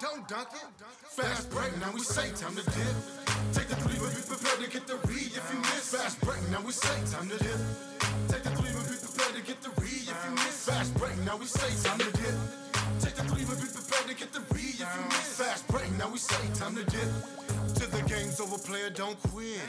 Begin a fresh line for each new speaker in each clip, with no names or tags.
Don't dunk it. Fast break, now we say time to dip. Take the three, but be prepared to get the read if you miss. Fast break, now we say time to dip. Take the three, but be prepared to get the read if you miss. Fast break, now we say time to dip. Take the three, but be prepared to get the read if you miss. Fast break, now we say time to dip. Till the game's over, player, don't quit.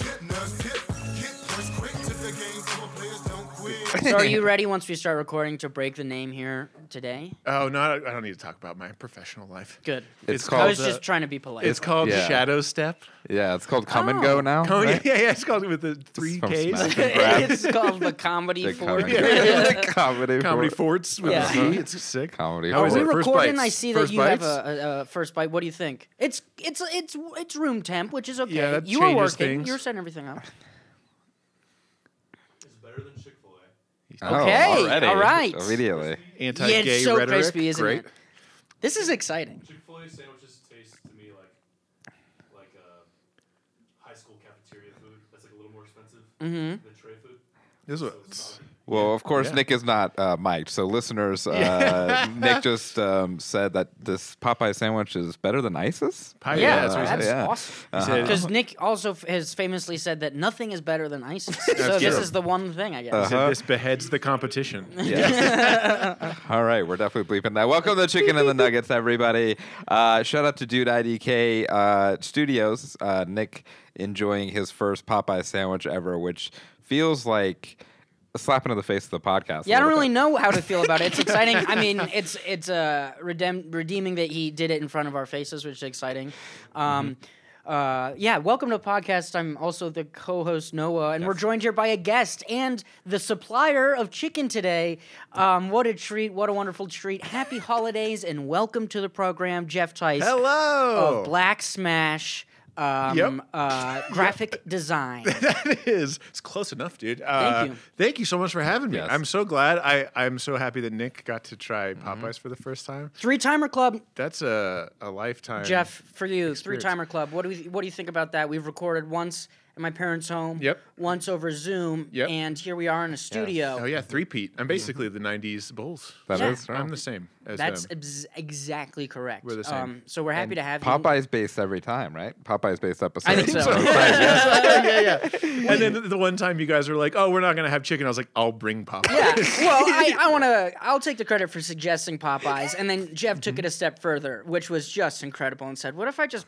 Get nuts, hit, get push quick. Till the game's over, players don't quit.
So are you ready once we start recording to break the name here today?
Oh, no, I don't need to talk about my professional life.
Good.
It's,
I
called
was just
uh,
trying to be polite.
It's called
Yeah.
Shadow Step.
Yeah, it's called Come and
Oh.
Go now.
Oh yeah,
right?
yeah, yeah. It's called with the three
from
Ks.
Smash and Grab.
It's called the comedy
The
for.
comedy,
Yeah.
comedy,
Comedy
for,
forts with
Yeah.
a Z. It's sick.
comedy.
How
for,
is
We
it? First
recording.
bites.
I see that
First
you
bites?
have a, a, a first bite. What do you think? It's it's it's it's room temp, which is okay.
Yeah, that
you were
changes
working.
things.
You were setting everything up.
Oh,
Okay,
already.
all right.
Immediately.
Anti-gay
yeah, it's so
rhetoric.
crispy, isn't
Great.
it? This is exciting.
Chick Fil A sandwiches taste to me like like uh, high school cafeteria food. That's like a little more expensive than tray food.
This
So it's
was,
soggy.
Well, of course,
Yeah.
Nick is not uh, mic'd. So, listeners, uh, Nick just um, said that this Popeye sandwich is better than ISIS. Uh,
Pie-
Yeah,
that's what he
that's
said.
yeah.
awesome.
He said-
Because Nick also f- has famously said that nothing is better than ISIS. so this
true. Uh-huh.
is the one thing I guess.
he said, this beheads the competition.
All right, we're definitely bleeping that. Welcome to Chicken and the Nuggets, everybody. Uh, shout out to Dude IDK uh, Studios. Uh, Nick enjoying his first Popeye sandwich ever, which feels like a slap into the face of the podcast. a
Yeah, I don't
little
really
bit.
know how to feel about it. It's exciting. I mean, it's it's uh, redem- redeeming that he did it in front of our faces, which is exciting. Um,
Mm-hmm.
uh, yeah, welcome to the podcast. I'm also the co-host Noah, and we're joined here by a guest and the supplier of chicken today. Um, what a treat! What a wonderful treat! Happy holidays and welcome to the program, Jeff Tice
Hello.
of Black Smash. Um,
Yep.
uh, graphic design.
that is it's close enough dude uh,
you.
thank you so much for having me
Yes.
i'm so glad i i'm so happy that nick got to try popeyes for the first time
Three timer club.
that's a a lifetime
Jeff, for you, three
experience.
timer club. What do we? What do you think about that? We've recorded once at my parents' home.
Yep.
Once over Zoom.
Yep.
And here we are in a studio.
oh yeah three pete i'm basically the 90s bulls
That
Yeah.
is
i'm
wrong.
the same as
That's
them
ex- exactly correct. Um,
We're the same.
so we're happy to have you.
Popeye's based every time, right? Popeye's based episode.
I think so.
yeah, yeah. And then the one time you guys were like, "Oh, we're not gonna have chicken," I was like, "I'll bring Popeyes."
Yeah. Well, I, I want to. I'll take the credit for suggesting Popeyes, and then Jeff
Mm-hmm.
took it a step further, which was just incredible, and said, "What if I just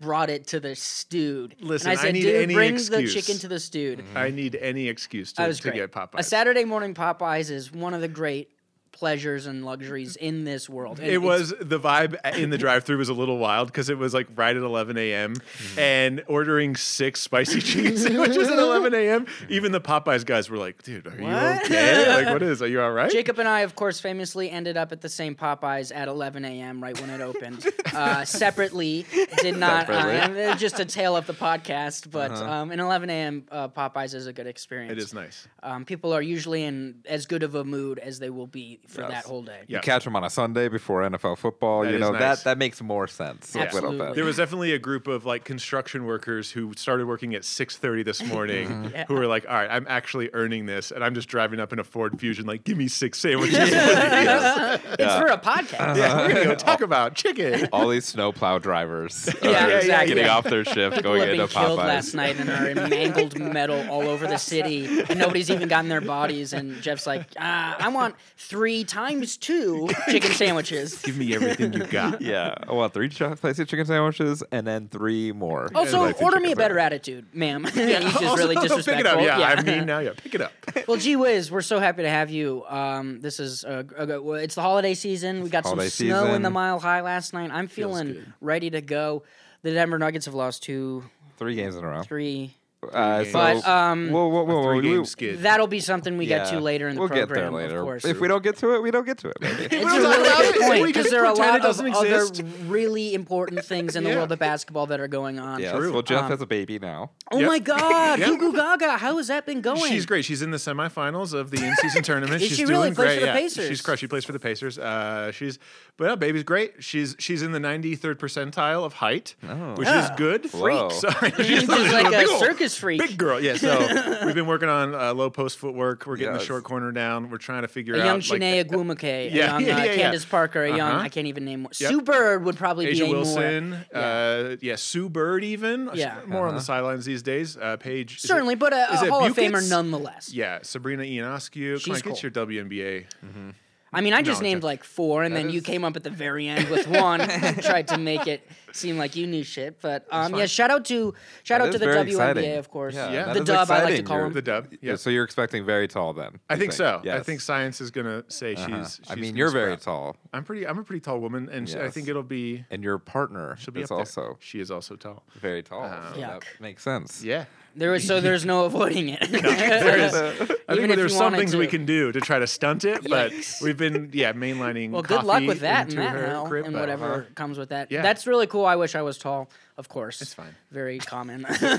brought it to the stewed?"
Listen,
and I
I
said,
need
"Dude,
any
bring the
excuse." Mm-hmm.
chicken to the stewed."
I need any excuse to,
That was
to
great.
get Popeyes.
A Saturday morning Popeyes is one of the great pleasures and luxuries in this world. And
It
it's-
was the vibe in the drive-through was a little wild because it was like right at 11 a.m. and ordering six spicy chicken sandwiches at 11 a.m. Even the Popeyes guys were like, "Dude, are you
What?
okay? like, what is? Are you all right?"
Jacob and I, of course, famously ended up at the same Popeyes at 11 a.m. right when it opened. uh, separately, did not. Uh,
Separately.
and it's just a tale of the podcast, but um, an 11 a.m. Uh, Popeyes is a good experience.
Uh-huh. It is nice.
Um, people are usually in as good of a mood as they will be for that whole day.
Yeah.
Catch him on a Sunday before NFL football.
That
you
is
know
nice.
that that makes more sense a little
Absolutely.
bit.
There was definitely a group of like construction workers who started working at 6:30 this morning who were like, "All right, I'm actually earning this, and I'm just driving up in a Ford Fusion. Like, give me six sandwiches.
It's for a podcast.
Yeah, we're gonna go talk about chicken."
All these snowplow drivers are
Yeah, exactly.
getting off their shift,
People
going
have
into
been killed
Popeyes.
last night and are in mangled metal all over the city, and nobody's even gotten their bodies. And Jeff's like, uh, "I want three times two chicken sandwiches."
Give me everything you got.
Yeah, I want three ch- spicy chicken sandwiches and then three more.
Also,
spicy
Oh, order
chicken
me a better
sandwiches.
attitude, ma'am. He's just really
Also,
disrespectful.
Pick it up. Yeah, I mean, now, yeah, pick it up.
well, gee whiz, we're so happy to have you. Um, this is uh, g- uh, well, it's the holiday season. We got some
Holiday
snow in the
season.
mile high last night. I'm feeling ready to go. The Denver Nuggets have lost two,
Three games in a row.
three.
Uh, so,
But, um,
whoa, whoa, whoa, whoa,
Three
we-
game skid.
That'll be something we get
yeah,
to later in the
we'll
program.
get there later.
Of course.
If we don't get to it, we don't get to it. Maybe.
It's
We're
a
not allowed
really
to-
good point
we
because
just
there are a
pretend it
lot of
doesn't
other
exist.
really important things in the
Yeah.
world of basketball that are going on.
yes.
True.
Well, Jeff has a baby now.
Oh
Yep.
my God,
Yep.
Gugu Gaga, how has that been going?
She's great. She's in the semifinals of the in-season tournament.
Is
she's
she
doing
really? Plays
great.
for the
yeah.
Pacers.
She's crushed. She plays for the Pacers. Uh, she's but yeah, baby's great. She's she's in the Oh.
Ah.
93rd percentile of height, which is good.
Freak.
So,
She's like a circus Sports freak.
Big girl, yeah. So we've been working on uh, low post footwork. We're getting
Yes.
the short corner down. We're trying to figure
a
out
young
like,
Shanae Agumake,
Yeah,
a young
yeah,
uh,
yeah, yeah.
Candace Parker, a young
Uh-huh.
I can't even name.
Yep.
Sue Bird would probably
Asia
be a
Wilson,
more
Uh, yeah, Sue Bird, even She's
Yeah.
more
Uh-huh.
on the sidelines these days. Uh, Paige is it-
certainly, but a,
is
a
it
Hall of Famer
Buchitz?
nonetheless.
Yeah, Sabrina Ionescu.
She's
Come on,
cool.
get your WNBA.
I mean, I just
No, it's
named
okay.
like four, and then you
is-
came up at the very end with one. and tried to make it seem like you knew shit, but um, yeah. Shout out to shout
That
out to
is
the
very
WNBA,
exciting.
of course.
Yeah,
Yeah. that
the
is
dub I like to
exciting.
call
You're-
him.
The dub. Yeah,
So you're expecting very tall then?
I
you
think so. I
Yes.
think science is gonna say
Uh-huh.
she's, she's.
I mean,
gonna
you're very
sprout.
tall,
I'm pretty. I'm a pretty tall woman, and I
Yes.
think it'll be.
and your partner
She'll be
is
up there.
also
She is also tall.
very tall. so
Yuck.
that makes sense.
Yeah.
There was so there's no avoiding it.
I
Even
think
if
there's
you
some
wanted
things we
to.
can do to try to stunt it, but
Yikes.
we've been yeah mainlining.
Well, good luck
coffee
with that and
into
that
her
now,
crib,
and
but- uh-huh.
whatever comes with that.
Yeah.
That's really cool. I wish I was tall. Of course, it's
fine.
Very common. Very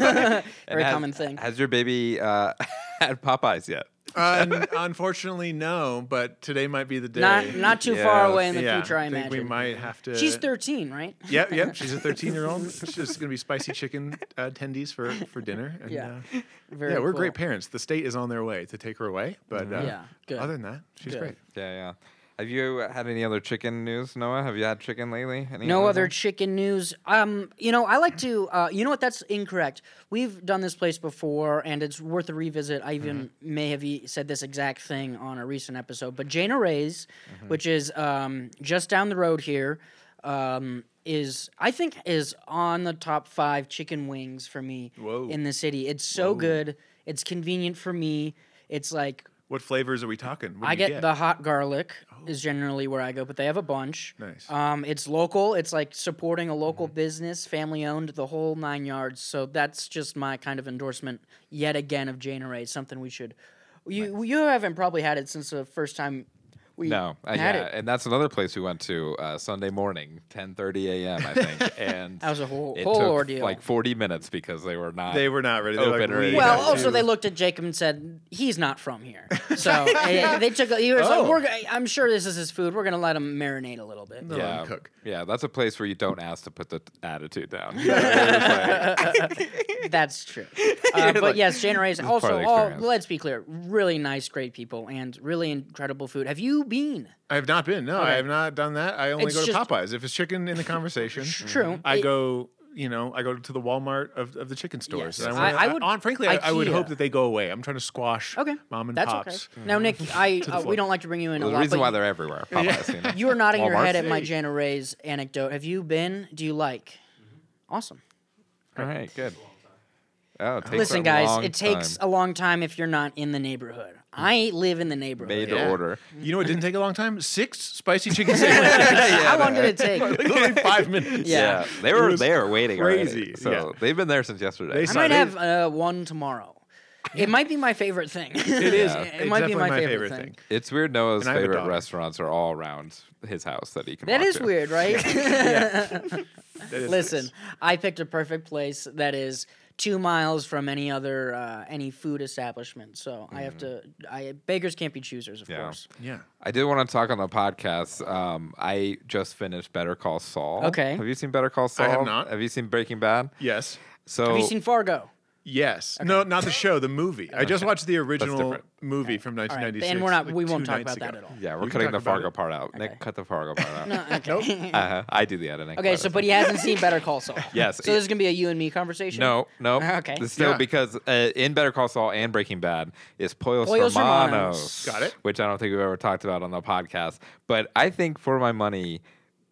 has-
common thing.
Has your baby uh, had Popeyes yet?
Un- unfortunately, no. But today might be the day.
Not not too far
Yes.
away in the
yeah,
future, I,
think
imagine.
we might uh, have to.
She's 13, right?
Yep, yep. She's a 13 year old. She's going to be spicy chicken uh, attendees for for dinner. And,
Yeah.
uh,
Very
yeah, we're great
cool. Mm.
parents. The state is on their way to take her away, but uh,
Yeah, good.
Other than that, she's
Good.
great.
Yeah, yeah. Have you had any other chicken news, Noah? Have you had chicken lately? Any
No other
anything?
chicken news. Um, you know, I like to. Uh, you know what? That's incorrect. We've done this place before, and it's worth a revisit. I even
Mm-hmm.
may have e- said this exact thing on a recent episode. But Jana Ray's,
Mm-hmm.
which is um, just down the road here, um, is I think is on the top five chicken wings for me
Whoa.
in the city. It's so good. It's convenient for me. It's like
What flavors are we talking? What do
I
you
get, the hot garlic
Oh.
is generally where I go, but they have a bunch.
Nice.
Um, it's local. It's like supporting a local
Mm-hmm.
business, family owned, the whole nine yards. So that's just my kind of endorsement yet again of Jane Array. Something we should. You you haven't probably had it since the first time we
No, uh,
had
yeah,
it.
and that's another place we went to uh, Sunday morning, ten thirty a.m. I think, and
That was a whole-
it
whole
took
ordeal.
like forty minutes because they were not.
They were not ready. They're like,
Open already.
we
Well,
have
also
to-
they looked at Jacob and said, "He's not from here." So eh, they took. He was like,
Oh.
We're, g- "I'm sure this is his food. We're gonna let him marinate a little bit."
No,
yeah,
I'm cook.
yeah, that's a place where you don't ask to put the t- attitude down. You know, they're just like,
That's true. Uh, but yes, Jane Ray's
is part of
also,
the
all,
experience.
let's be clear, really nice, great people and really incredible food. Have you been?
I have not been. No, I have not done that. I only
It's
go to
just-
Popeyes if it's chicken in the conversation.
True.
Mm-hmm. I
It-
go. You know, I go to the Walmart of, of the chicken stores.
Yes.
And
I-
wanna-
I would-
on frankly, I, I would
IKEA.
hope that they go away. I'm trying to squash
Okay.
mom and
That's
pops.
okay. Now, Nick, I uh, we
floor.
don't like to bring you in a
the
lot,
reason
but
why they're everywhere. Popeyes, you know?
you are nodding your
Walmart.
head at my
Hey.
Jana Ray's anecdote. Have you been? Do you like? Awesome.
All right, good. Oh, it Mm-hmm. takes
Listen,
a
guys,
long
it takes
time.
a long time if you're not in the neighborhood. I live in the neighborhood.
made to
Yeah.
order.
You know, it didn't take a long time. Six spicy chicken sandwiches.
How long did it take?
Literally five minutes.
Yeah.
Yeah, they
It
were
was
there waiting. already.
crazy,
So
yeah.
they've been there since yesterday.
They
I
saw
might
they-
have uh, one tomorrow. It might be my favorite thing.
It is.
Yeah.
It might be
definitely
my favorite thing.
It's weird. Noah's
And I have a
favorite
dog.
restaurants are all around his house that he can.
That
walk
is
to.
weird, right?
That is
Listen,
nice.
I picked a perfect place that is two miles from any other uh, any food establishment. So I have to. I beggars can't be choosers, of
Yeah.
course.
Yeah.
I did want to talk on the podcast. Um, I just finished Better Call Saul.
Okay.
Have you seen Better Call Saul?
I have not.
Have you seen Breaking Bad?
Yes.
So
Have you seen Fargo?
Yes. No, not the show, the movie. I just watched the original
different.
movie from
All right,
1996.
and we're not.
like,
we
two
won't talk
nights
about that at
ago.
all.
yeah,
we
we're
can
cutting the
talk about
Fargo
it.
part out. Nick, cut the Fargo part out.
Okay.
uh-huh. I do the editing.
okay.
Let
So,
us
but he hasn't seen Better Call Saul.
Yes.
So this is gonna be a you and me conversation.
No, no.
Okay.
It's Still,
Yeah.
because uh, in Better Call Saul and Breaking Bad is Poyos,
Pollos
Hermanos,
Hermanos.
Got it.
Which I don't think we've ever talked about on the podcast. But I think for my money,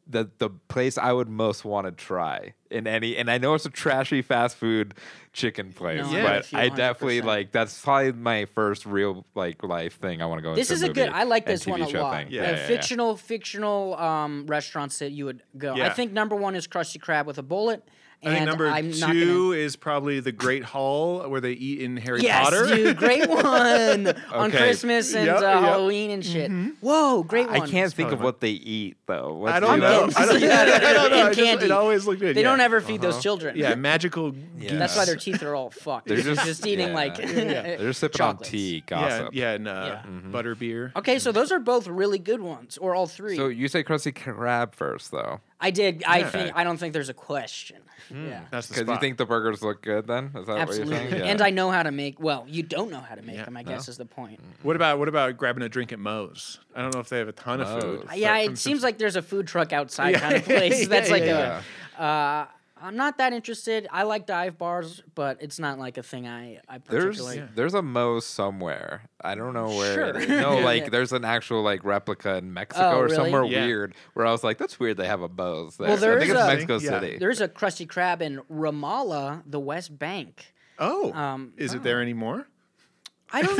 the the place I would most want to try in any, and I know it's a trashy fast food chicken place,
No,
I'm
but
with you
I definitely
100%.
like that's probably my first real like life thing I want to go.
This
into
is a good.
movie
I like
and
this one a
TV show
lot.
thing.
Yeah,
Yeah,
yeah, yeah.
fictional, fictional um, restaurants that you would go. I
Yeah.
think number one is Krusty Krab with a bullet.
I
And
think number
I'm not
2
gonna,
is probably the Great Hall where they eat in Harry
yes,
Potter.
dude, great one on
Okay.
Christmas and
Yep,
uh,
yep.
Halloween and shit. Whoa, great one.
I can't think of
probably
what they eat though. What's
I don't
you know?
know. I don't, I don't know.
And
I just-
candy.
It always looked good.
They
yeah.
don't ever feed those children.
yeah, magical.
Yeah.
That's why
geeks.
their teeth are all fucked.
They're
They're just,
just-
eating
yeah.
like
They're sipping
chocolates.
on tea
Yeah,
gossip.
yeah, and uh,
Yeah.
butter beer.
Okay, so those are both really good ones, or all three.
So you say Krusty Krab first though,
I did. I
Yeah.
think I don't think there's a question. Yeah,
That's the
because
spot.
you think the burgers look good. Then is that
absolutely.
what you're saying?
And I know how to make. Well, you don't know how to make
Yeah,
them. I guess is the point.
what about what about grabbing a drink at Moe's? I don't know if they have a ton of food.
Moe's.
yeah,
but
it
from
seems like there's a food truck outside
Yeah.
kind of place.
Yeah,
That's
yeah,
like
yeah.
a. Uh, I'm not that interested. I like dive bars, but it's not like a thing I I
There's
particularly.
there's a Moe's somewhere. I don't know where. it
Sure.
is. No,
Yeah.
like there's an actual like replica in Mexico
Oh,
or
really?
somewhere
Yeah.
weird where I was like, that's weird. They have a Moe's there.
Well, there
I think
is
it's
a-
Mexico
Yeah.
City.
There's a crusty crab in Ramallah, the West Bank.
Oh,
Um,
is it there anymore?
I don't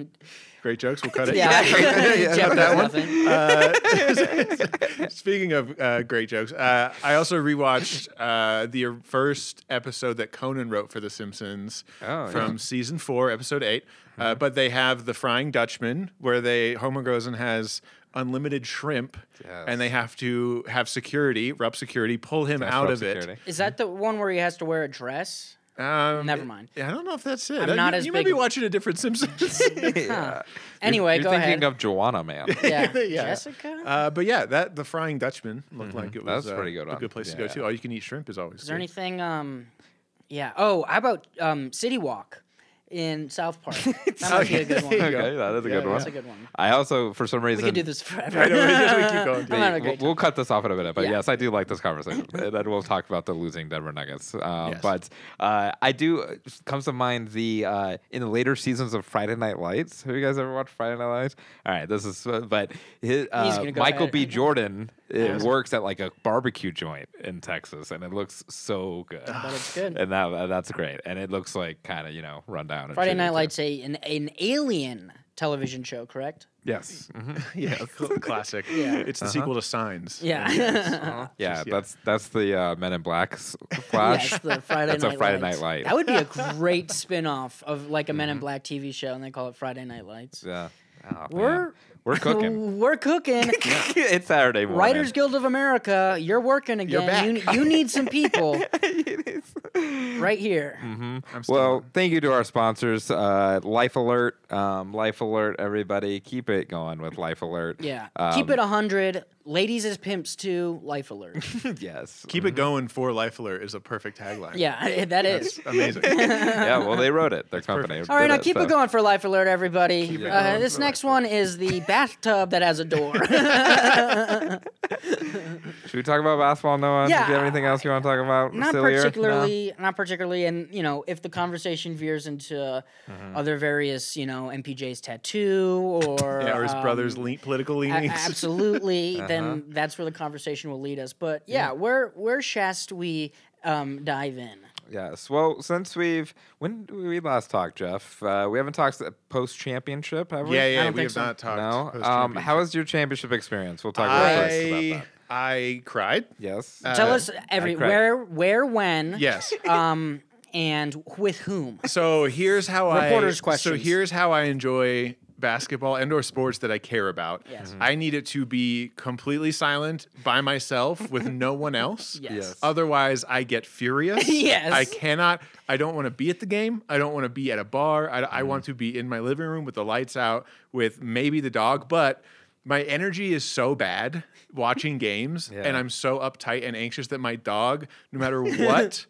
know.
Great jokes. We'll cut it.
yeah, Jeff knows
one.
nothing.
Uh, speaking of uh, great jokes, uh, I also rewatched uh, the first episode that Conan wrote for The Simpsons
Oh, Mm-hmm.
from season four, episode 8 Uh, but they have the Frying Dutchman, where they Homer goes and has unlimited shrimp,
Yes.
and they have to have security, Rup security, pull him
That's
out
from
of it.
security.
Is that the one where he has to wear a dress?
Um,
Never mind.
I don't know if that's it.
I'm
Uh,
not
you,
as
you
big
may be
of-
watching a different Simpsons.
Yeah.
Anyway,
you're
go
thinking
ahead.
of Joanna Man.
yeah.
Yeah.
Jessica.
Uh, but yeah, that the Frying Dutchman looked like it was
Mm-hmm. That's a pretty good
uh, a
one.
good place to
Yeah.
go to. All you can eat shrimp is always.
Is there
good.
anything? Um, yeah. Oh, how about um, City Walk in South Park? That might be a good
There
one.
you go.
okay, that is a good
Yeah, yeah.
one.
That's a good one.
I also, for some
We
reason,
could do this forever.
I know, we just- we keep going.
I'm having a
We'll,
great
we'll cut this off in a minute, but
Yeah.
yes, I do like this conversation. and then we'll talk about the losing Denver Nuggets. Uh,
Yes.
But uh, I do comes to mind the uh, in the later seasons of Friday Night Lights. Have you guys ever watched Friday Night Lights? All right, this is but his, uh,
gonna go
Michael
ahead.
B. Jordan it works at like a barbecue joint in Texas, and it looks so good.
bet it's good.
and that, uh, that's great. And it looks like kind of you know run down. and
Friday
shitty,
Night
too.
Lights, a an, an alien television show, correct?
Yes. Mhm.
Yeah, cl- classic. Mm-hmm. It's the
Uh-huh.
sequel to Signs.
Yeah.
Oh,
Yeah,
yeah.
that's that's the uh, Men in Black s- flash.
yes, the Friday
That's a
Night
Friday
Lights.
Night Light.
That would be a great spin-off of like a Men in Black TV show, and they call it Friday Night Lights.
Yeah. Oh,
We're
man. we're cooking.
We're cooking.
it's Saturday morning.
Writers Guild of America, you're working
You're
again. You,
back.
you need some people right here.
Mm-hmm.
I'm still
Well, thank you to our sponsors, uh, Life Alert, um, Life Alert. Everybody, keep it going with Life Alert.
Yeah.
Um,
Keep it 100. Ladies as pimps too. Life alert.
yes.
keep it going for Life Alert is a perfect tagline.
yeah, that is. Um,
amazing.
yeah. Well, they wrote it. Their company.
perfect.
All right,
did
now
it,
keep
so-
it going for Life Alert, everybody.
it
uh,
going
this
for
next one is the bathtub that has a door.
Should we talk about basketball, Noah?
Yeah,
Do you have anything else you want to talk about?
not
sillier? No?
particularly, not particularly. And you know, if the conversation veers into
Mm-hmm.
other various, you know, MPJ's tattoo or
Yeah, or his
um,
brother's Uh-huh. lean, political
A-
leanings.
absolutely then that's where the conversation will lead us but yeah, where where shast we um, dive in
Yes. Well, since we've when did we last talk, Jeff? Uh, we haven't talked post championship, have we?
yeah, yeah.
don't
We
think
have
so.
not talked.
No.
post
Um,
championship.
how was your championship experience? We'll talk real quick about
I
that.
I cried.
Yes.
tell
Uh,
us every
correct.
where where when
Yes.
um and with whom
So here's how
Reporters'
I
questions.
So here's how I enjoy basketball and or sports that I care about.
Yes.
Mm-hmm.
I need it to be completely silent by myself with no one else.
Yes.
Yes.
Otherwise I get furious.
Yes.
I cannot I don't want to be at the game. I don't want to be at a bar. I, I
Mm.
want to be in my living room with the lights out with maybe the dog, but my energy is so bad watching games
Yeah.
and I'm so uptight and anxious that my dog, no matter what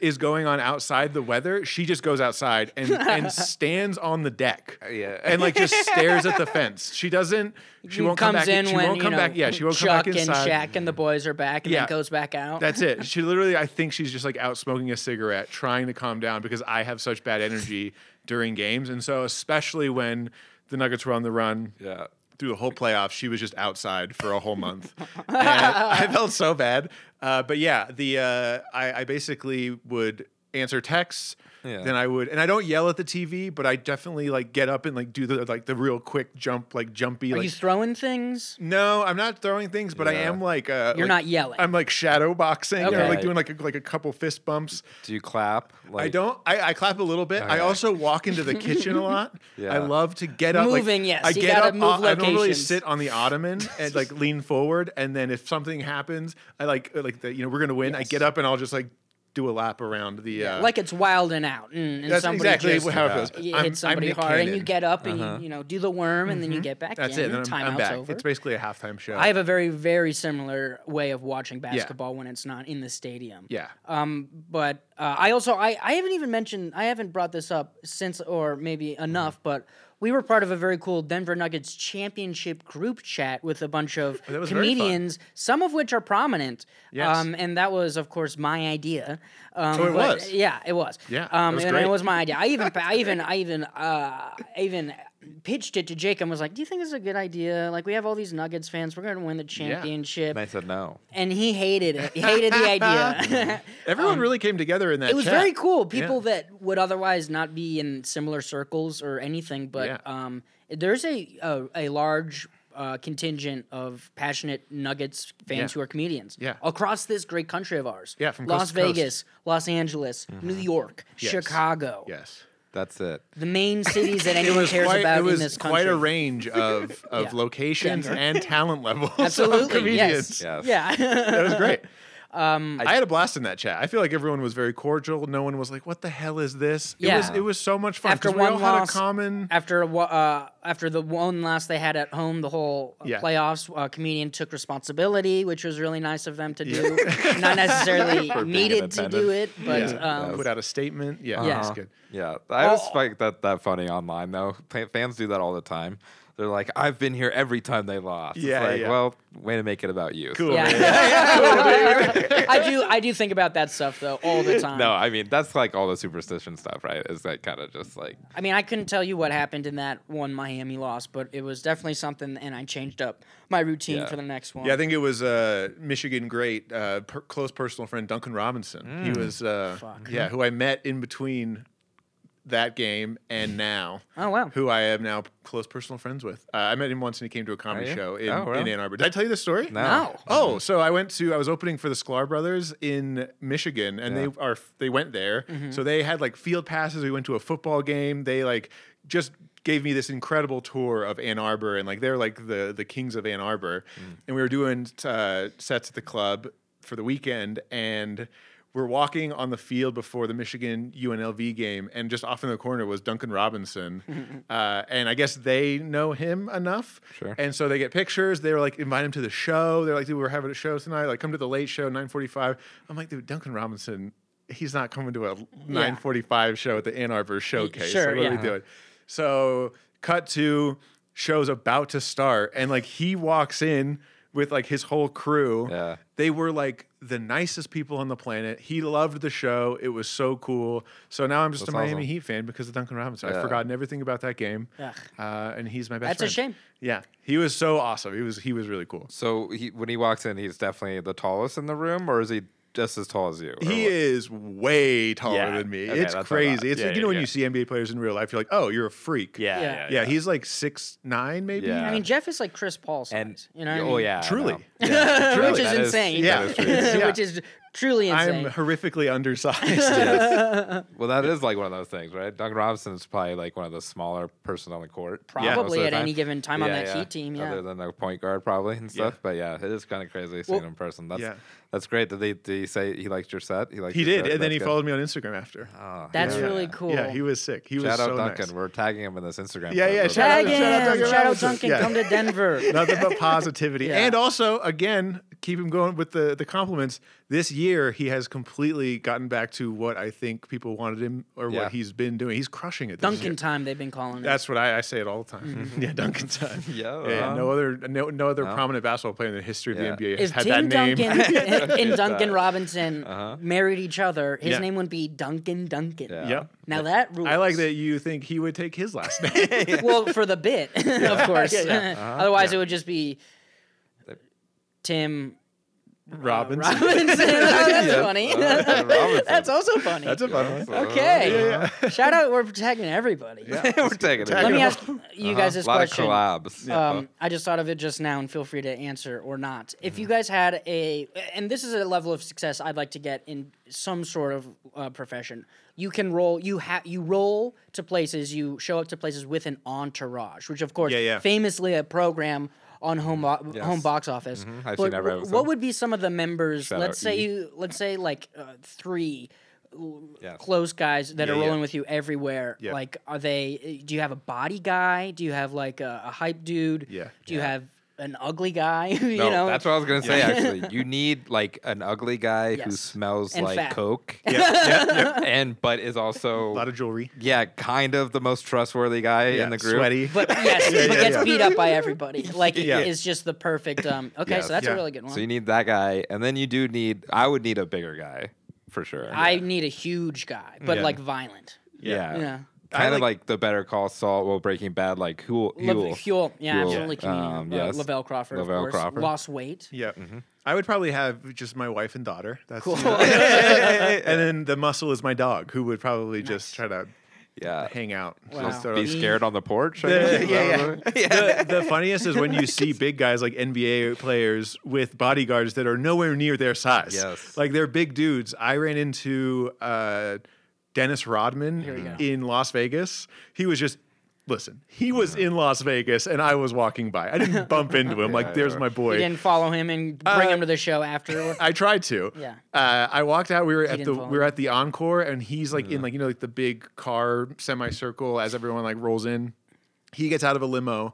is going on outside the weather, she just goes outside and, and stands on the deck.
Uh,
yeah.
And like just stares at the fence. She doesn't she
Who
won't come
comes
back.
in
she
when
won't
you
come
know,
back. Yeah, she won't
Chuck
come back inside.
and Shaq and the boys are back and
Yeah.
then goes back out
That's it. She literally, I think she's just like out smoking a cigarette, trying to calm down because I have such bad energy during games. And so, especially when the Nuggets were on the run
yeah.
through the whole playoffs, she was just outside for a whole month. And I felt so bad. Uh, but yeah, the uh, I, I basically would answer texts.
Yeah.
Then I would, and I don't yell at the TV, but I definitely like get up and like do the like the real quick jump, like jumpy.
Are
like,
you throwing things?
no, I'm not throwing things, but I
Yeah.
am like uh,
You're not
like-
yelling.
I'm like shadow boxing,
Okay.
or like doing like a, like a couple fist bumps.
Do you clap? Like,
I don't. I, I clap a little bit. I
Okay.
also walk into the kitchen a lot.
Yeah.
I love to get up.
Moving,
like,
yes,
I
you
get
gotta
up.
move
uh, I normally
locations.
sit on the ottoman and like lean forward, and then if something happens, I like uh, like the, you know we're gonna win. I
Yes.
get up and I'll just like do a lap around the. Uh,
Like it's wild and out, mm, and, and
that's
somebody
exactly
just
how it
Yeah.
feels.
you
I'm- I'm
hit somebody
Nick
hard, and you
Cannon. Uh-huh. Mm-hmm.
get up and you, you know do the worm, and then you get back
That's
in.
it. Then I'm,
timeout's
I'm back.
over.
It's basically a halftime show.
I have a very very similar way of watching basketball when it's not in the stadium.
yeah.
Um, but uh, I also I, I haven't even mentioned I haven't brought this up since or maybe enough,
Mm-hmm.
but we were part of a very cool Denver Nuggets championship group chat with a bunch of
Oh, That was very fun.
comedians, some of which are prominent.
Yes.
Um, and that was of course my idea. Um,
Oh, it
but-
was?
Yeah, it was.
Yeah,
Um,
it was
and it
great.
was my idea. I even I even I even uh, I even pitched it to Jake and was like, "Do you think this is a good idea? Like, we have all these Nuggets fans. We're going to win the championship."
And I said no.
And he hated it. He hated the idea.
Everyone really came together in that.
um, it was
chat.
very cool. People that would otherwise not be in similar circles or anything, but
Yeah.
um, there's a a, a large uh, contingent of passionate Nuggets fans
Yeah.
who are comedians.
Yeah.
across this great country of ours.
Yeah, from
Las
coast to coast. Mm-hmm.
Vegas, Los Angeles, New York,
Yes.
Chicago.
Yes.
That's it.
The main cities that anyone cares
quite,
about
it was
in this country.
quite a range of, of
Yeah.
locations and talent levels of
Absolutely.
comedians.
Yes.
Yes.
Yeah.
That was great. Um, I, had a blast in that chat. I feel like everyone was very cordial. No one was like, "What the hell is this?" It was
Yeah.
it was so much fun
After
because we
one
all had a
loss-
common.
after a wa- uh, after the one loss they had at home, the whole uh,
Yeah.
playoffs, uh, comedian took responsibility, which was really nice of them to do. Not necessarily
For being
needed to do it, but
Yeah.
um,
put out a statement. Yeah,
Yeah.
that's good.
Yeah, I just
Oh.
find that that funny online though. Fa- Fans do that all the time. They're like, I've been here every time they lost.
Yeah,
it's like,
yeah.
well, way to make it about you.
Cool.
yeah.
man.
I do I do think about that stuff though all the time.
No, I mean that's like all the superstition stuff, right? Is that kind of just like
I mean I couldn't tell you what happened in that one Miami loss, but it was definitely something, and I changed up my routine
Yeah.
for the next one.
Yeah, I think it was uh, Michigan great uh, per- close personal friend Duncan Robinson. He was uh,
Mm. Fuck.
yeah, who I met in between that game and now.
Oh, wow.
Who I am now close personal friends with. Uh, I met him once and he came to a comedy
you?
show in,
Oh, wow.
in Ann Arbor. Did I tell you this story?
no,
Wow.
Oh, so I went to I was opening for the Sklar Brothers in Michigan, and
Yeah. Mm-hmm.
they are they went there. So they had like field passes. We went to a football game. They like just gave me this incredible tour of Ann Arbor, and like they're like the the kings of Ann Arbor.
Mm.
And we were doing uh, sets at the club for the weekend, and. We're walking on the field before the Michigan UNLV game, and just off in the corner was Duncan Robinson. uh, and I guess they know him enough.
Sure.
And so they get pictures. They were like, invite him to the show. They're like, dude, we're having a show tonight. Like, come to the late show, 945. I'm like, dude, Duncan Robinson, he's not coming to a 945 show at the Ann Arbor showcase.
sure,
Like, what are
yeah.
we doing? So cut to show's about to start. And like he walks in with like his whole crew.
Yeah.
They were like the nicest people on the planet. He loved the show. It was so cool. So now I'm just
That's
a Miami
awesome.
Heat fan because of Duncan Robinson.
Yeah.
I've forgotten everything about that game.
Ugh.
Uh, and he's my best
That's a
friend.
shame.
Yeah, he was so awesome. He was he was really cool.
So he, when he walks in, he's definitely the tallest in the room, or is he just as tall as you? Or
He
what?
is way taller
Yeah.
than me.
Okay,
it's
that's what I thought.
crazy. It's
Yeah,
like you
yeah,
know when
yeah.
you see NBA players in real life, you're like, oh, you're a freak.
Yeah.
yeah. he's like six nine, maybe.
Yeah.
I mean Jeff is like Chris Paul size,
and
you know. what I
oh
mean?
yeah, I
Truly.
know. Yeah, truly,
which is
that
insane.
Yeah.
that is true.
Yeah.
which is truly
I'm
insane.
horrifically undersized. Yes.
Well, that is like one of those things, right? Duncan Robinson is probably like one of the smaller persons on the court.
Probably
most of the
at
time.
any given time on that Heat team, yeah.
Other than the point guard, probably and stuff. But yeah, it is kind of crazy seeing him in person. That's
yeah.
that's great. Did, they, did he say he liked your set? He liked
he
your
did,
set?
and then
That's
he
good.
followed me on Instagram after.
Oh,
That's
yeah.
really cool.
Yeah, he was sick. He was
Shout out
so
Duncan.
nice.
We're tagging him in this Instagram.
Yeah,
clip.
yeah,
We're
shout out-
like-
Tag
shout out
him.
Duncan
Shout out
Robinson.
Duncan.
Yeah.
Come to Denver.
Nothing but positivity.
Yeah.
And also, again, keep him going with the, the compliments. This year, he has completely gotten back to what I think people wanted him or
Yeah.
what he's been doing. He's crushing it. This year.
Duncan Mm-hmm. time, they've been calling it.
That's what I, I say it all the time. yeah, Duncan time.
Yeah,
yeah. No other, no, no other prominent basketball player in the history of
Yeah.
the NBA has
if
had
Tim
that
Duncan
name.
and Duncan
uh,
Robinson married each other, his
Yeah.
name would be Duncan Duncan.
uh-huh. Yeah.
yep.
Now that rules.
I like that you think he would take his last name.
well, for the bit,
Uh-huh.
of course. Otherwise, it would just be Tim
Robinson.
Robinson. Oh, that's
Yeah.
funny.
Uh, Robinson.
that's also funny.
That's a fun one.
okay. Shout out. We're protecting everybody.
We're taking it.
Let me
Yeah.
ask you
Uh-huh.
guys this
a lot
question.
Of collabs.
Um, I just thought of it just now, and feel free to answer or not. If
Mm-hmm.
you guys had a, and this is a level of success I'd like to get in some sort of uh, profession. You can roll. You ha- you roll to places. You show up to places with an entourage, which of course,
Yeah, yeah.
famously a program on home bo-
Yes. Mm-hmm.
home box office.
I've
But
seen every
wh-
episode.
what would be some of the members?
Shout
let's
out
say
E.
you. Let's say like uh, three
Yes.
close guys that
Yeah,
are
yeah.
rolling with you everywhere.
Yeah.
Like, are they? Do you have a body guy? Do you have like a, a hype dude?
Yeah.
Do you have an ugly guy? you
No,
know,
that's what I was gonna say. Actually, you need like an ugly guy who
Yes.
smells
And
like
fat.
coke,
yeah, yeah, yeah.
and but is also
A lot of jewelry.
yeah, kind of the most trustworthy guy
Yeah,
in the group.
Sweaty.
But yes,
Yeah,
but
yeah,
gets
yeah.
beat up by everybody. Like,
Yeah.
it's just the perfect. Um, okay,
Yes.
so that's
Yeah.
a really good one.
So you need that guy, and then you do need. I would need a bigger guy for sure.
I
yeah,
need a huge guy, but
Yeah. Uh,
like violent.
yeah.
Yeah.
I
kind of
like-
like, the Better Call Saul, well, Breaking Bad, like who
Lav-
Huel.
Huel, yeah,
Huel.
absolutely. Comedian.
Um,
Uh,
yes.
Lavelle Crawford,
Lavelle
of course.
Crawford.
Lost weight.
Yeah.
Mm-hmm.
I would probably have just my wife and daughter. That's
Cool.
you know. and then the muscle is my dog, who would probably just try to
Yeah,
hang out.
Wow.
Just throw-
be scared on the porch. I
Yeah,
guess?
yeah, yeah. The, the funniest is when you see big guys like NBA players with bodyguards that are nowhere near their size.
Yes.
Like they're big dudes. I ran into uh, Dennis
we go.
Rodman in Las Vegas. He was just, listen, he was in Las Vegas and I was walking by. I didn't bump into him. Like, there's my boy.
You didn't follow him and bring him to the show after.
I tried to.
Yeah.
Uh, I walked out. We were at
didn't
the
follow
we were at the encore, and he's like in like you know like the big car semicircle as everyone like rolls in. He gets out of a limo,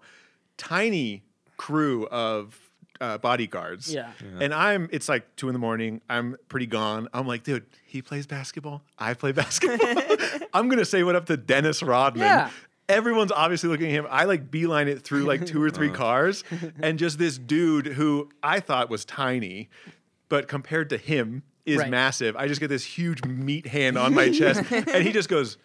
tiny crew of uh, bodyguards.
Yeah.
And I'm it's like two in the morning. I'm pretty gone. I'm like, dude, he plays basketball. I play basketball. I'm gonna say what up to Dennis Rodman.
Yeah.
Everyone's obviously looking at him. I like beeline it through like two or
Uh-huh.
three cars, and just this dude who I thought was tiny, but compared to him is
Right.
massive. I just get this huge meat hand on my chest, and he just goes,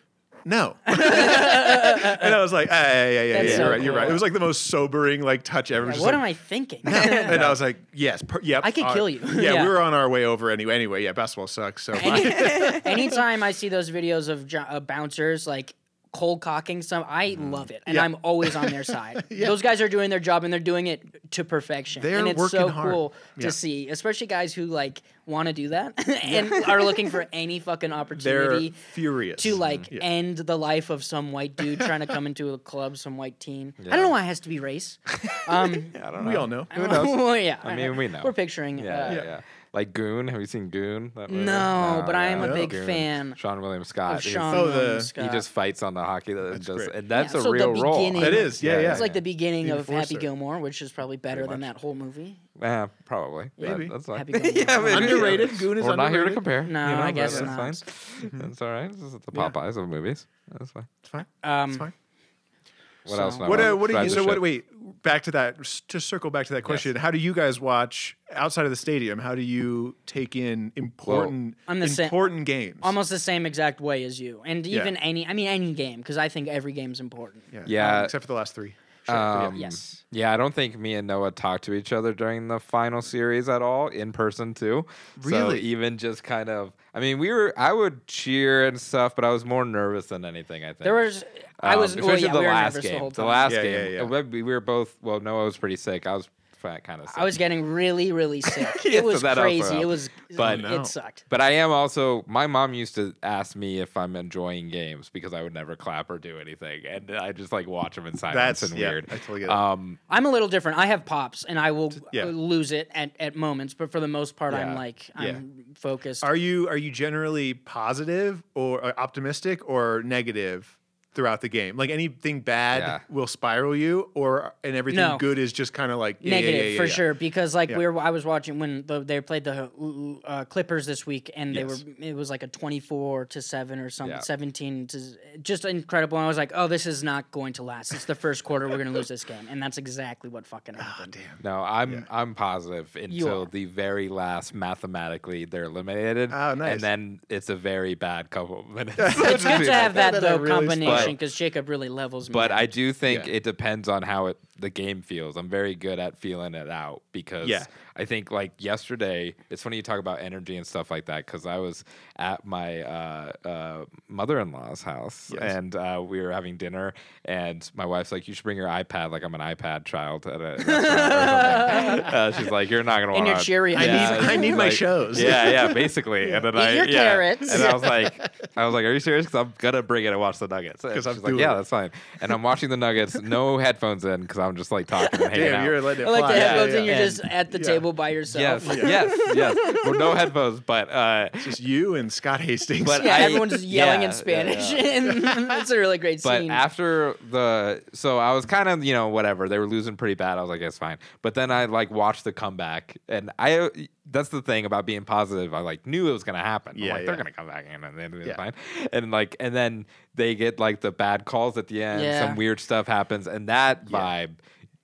"No." and I was like, "Ah, "Yeah, yeah, yeah, yeah,
That's
you're
so
right, you're right."
cool.
It was like the most sobering like touch ever.
Like,
Just
what
like,
am I thinking?
and I was like, "Yes, per- yep."
I could
uh,
kill you.
Yeah,
Yeah.
we were on our way over anyway. Anyway, yeah, basketball sucks. So
Any, anytime I see those videos of jo- uh, bouncers like cold cocking some, I love it, and
Mm-hmm. Yeah.
I'm always on their side.
Yeah.
Those guys are doing their job, and they're doing it to perfection.
They're
and it's
working
so
hard.
cool to
Yeah.
see, especially guys who like want to do that and are looking for any fucking
they're
opportunity.
furious.
to like
Yeah.
end the life of some white dude trying to come into a club, some white teen. I don't know why it has to be race. Um,
I don't know.
we all know.
Who knows?
well, yeah,
I mean, we know.
We're picturing.
Yeah,
uh,
yeah, yeah. Like Goon. Have you seen Goon? that movie?
No, but I am a
yeah.
big
Goon.
fan
Sean William Scott.
of
he's-
Sean
Oh, the-
William
he
He
Scott.
just fights on the hockey. That's, just,
great.
and that's
Uh, Yeah,
a
so the
real role.
beginning-
That is, yeah, yeah.
It's like the beginning
The
of Happy
Enforcer.
Gilmore, which is probably better than that whole movie.
Yeah, probably. but
Maybe.
That's fine.
Happy Gilmore.
yeah, maybe.
Underrated. Goon is
We're not here to
underrated.
compare.
No, I
but
guess
that's
not.
Fine.
Mm-hmm.
That's all right. This is the Popeyes of movies. That's fine.
It's fine.
Um,
It's fine.
What else?
What
Noah?
uh, what do
Drive
you
the
so what
ship.
wait back to that s- to circle back to that question how do you guys watch outside of the stadium how do you take in important
I'm the same-
important games
Almost the same exact way as you, and
Yeah. Mm-hmm.
even any. I mean, any game because I think every game's important.
yeah,
Yeah.
except for the last three
Um,
Yes.
Yeah, I don't think me and Noah talked to each other during the final series at all in person too.
Really?
So even just kind of, I mean, we were. I would cheer and stuff, but I was more nervous than anything. I think
There was. I
Um,
was. well,
especially
yeah,
the
we were
last
nervous
game.
The, whole time.
last
Yeah, yeah,
game,
yeah.
uh, we we were both. Well, Noah was pretty sick. I was kind of sick.
I was getting really, really sick.
Yeah,
it
so
was
that also
crazy. It
helped.
was.
But-
No.
it sucked.
But I am also. My mom used to ask me if I'm enjoying games because I would never clap or do anything, and I just like watch them in silence
that's
and
yeah,
weird.
I totally get it.
Um,
I'm a little different. I have pops, and I will
yeah.
uh, lose it at, at moments. But for the most part, I'm
Yeah.
like I'm
Yeah.
focused.
are you are you generally positive or uh, optimistic or negative throughout the game like anything bad
Yeah.
will spiral you or and everything
No.
good is just kind of like yeah, yeah,
negative
yeah, yeah,
for
yeah.
sure because like
Yeah.
we were I was watching when the, they played the uh, Clippers this week and
Yes.
they were it was like a 24 to 7 or something
Yeah.
17 to just incredible and I was like oh this is not going to last it's the first quarter we're going to lose this game and that's exactly what fucking happened
No, I'm I'm positive
are.
until the very last. Mathematically, they're eliminated.
Oh, nice.
And then it's good very bad couple of minutes.
it's good to have that
That I
though
really
combination
spiked.
because Jacob really levels me
But
out.
I do think
Yeah.
it depends on how it the game feels. I'm very good at feeling it out because
Yeah.
I think like yesterday, it's funny you talk about energy and stuff like that because I was at my uh, uh, mother-in-law's house and uh, we were having dinner, and my wife's like, "You should bring your iPad." Like I'm an iPad child at a restaurant or something. Uh, she's like, "You're not gonna want
And your Cheerios. I need-
I need my shows.
Yeah, yeah, basically. And then
Eat
I
your
yeah.
carrots.
And I was like, I was like, "Are you serious?" Because I'm gonna bring it and watch the Nuggets. And
'Cause
she's
I'm
like,
doing
"Yeah,
it."
that's fine." And I'm watching the Nuggets, no headphones in, because I'm just like talking and hanging
Damn,
out.
you're letting it
I like
fly.
the
Yeah,
headphones,
yeah.
and you're
And-
just at the
yeah.
table by yourself.
Yes, yes, yes. Well, no headphones, but uh,
Just you and Scott Hastings.
But
Yeah,
I-
everyone's just yelling
yeah,
in
yeah,
Spanish, and it's a really great
but
scene.
after the so I was kind of you know whatever they were losing pretty bad. I was like, it's fine. But then I like watched the comeback, and I that's the thing about being positive. I like knew it was gonna happen. I'm
Yeah,
like they're
yeah.
gonna come back in, and then it's
Yeah.
fine. And like and then they get like the bad calls at the end.
Yeah.
Some weird stuff happens, and that vibe.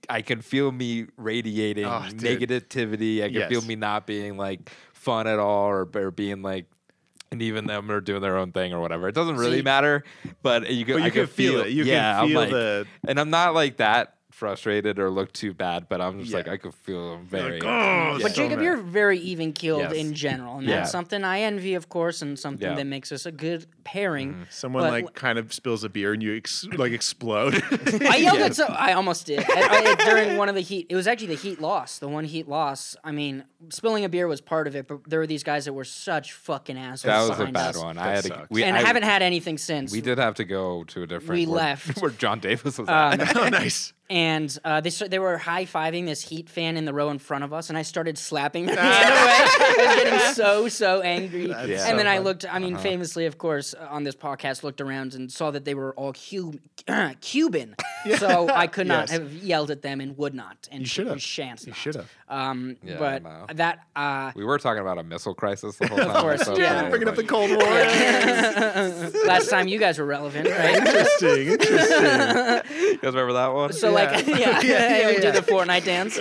I can feel me radiating
Oh, dude.
negativity. I can feel
Yes.
me not being like fun at all, or, or being like, and even them are doing their own thing or whatever. It doesn't really
you-
matter, but you
But
I
you
could
can feel it. You can
yeah, I'm
feel
like-
the-
And I'm not like that frustrated or look too bad, but I'm just like
Yeah.
I could feel I'm very.
oh,
But
so
Jacob,
mad.
you're very even keeled
Yes.
in general, and
Yeah.
that's something I envy, of course, and something
Yeah. Mm-hmm.
that makes us a good pairing.
Someone
But-
like kind of spills a beer and you ex- like explode.
I yelled at so I almost did I, I- during one of the heat. It was actually the heat loss, the one heat loss. I mean, spilling a beer was part of it, but there were these guys that were such fucking assholes.
that was a
behind
bad
us.
one. I had to,
sucks.
we
and
I,
I, haven't had anything since.
We did have to go to a different.
We
where-
left. Uh,
where John Davis was. at.
oh, nice.
and uh, they sta- they were high fiving this Heat fan in the row in front of us, and I started slapping their hand away. I was getting so so angry, and
so
then I looked. I mean, famously, of course, uh, on this podcast, looked around and saw that they were all Cu- Cuban, so I could not
Yes.
have yelled at them and would not, and
You should have.
shan't.
You
not.
should have.
Um,
Yeah,
but
no.
that uh,
We were talking about a missile crisis the whole time.
course,
so
yeah.
funny,
Bringing up the
like-
Cold War.
last time you guys were relevant, right?
interesting. Interesting.
You guys remember that one?
So like, yeah,
yeah,
we
yeah.
do the Fortnite dance.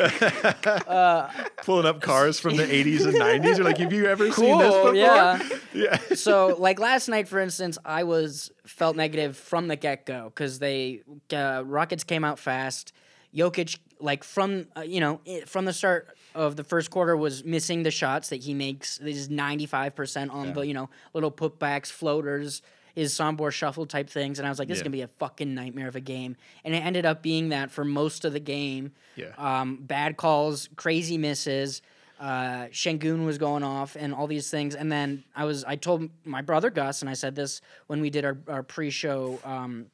Pulling up cars from the 80s and 90s. You're like, have you ever seen this
Cool,
before?
yeah.
Yeah.
so like last night for instance i was felt negative from the get-go because they uh, rockets came out fast jokic like from uh, you know i- from the start of the first quarter was missing the shots that he makes this is 95% on the you know little putbacks floaters his Sombor shuffle type things, and I was like, "This is
Yeah.
gonna be a fucking nightmare of a game," and it ended up being that for most of the game.
Yeah.
Um, bad calls, crazy misses. Uh, Shangoon was going off, and all these things. And then I was, I told my brother Gus, and I said this when we did our, our pre-show um,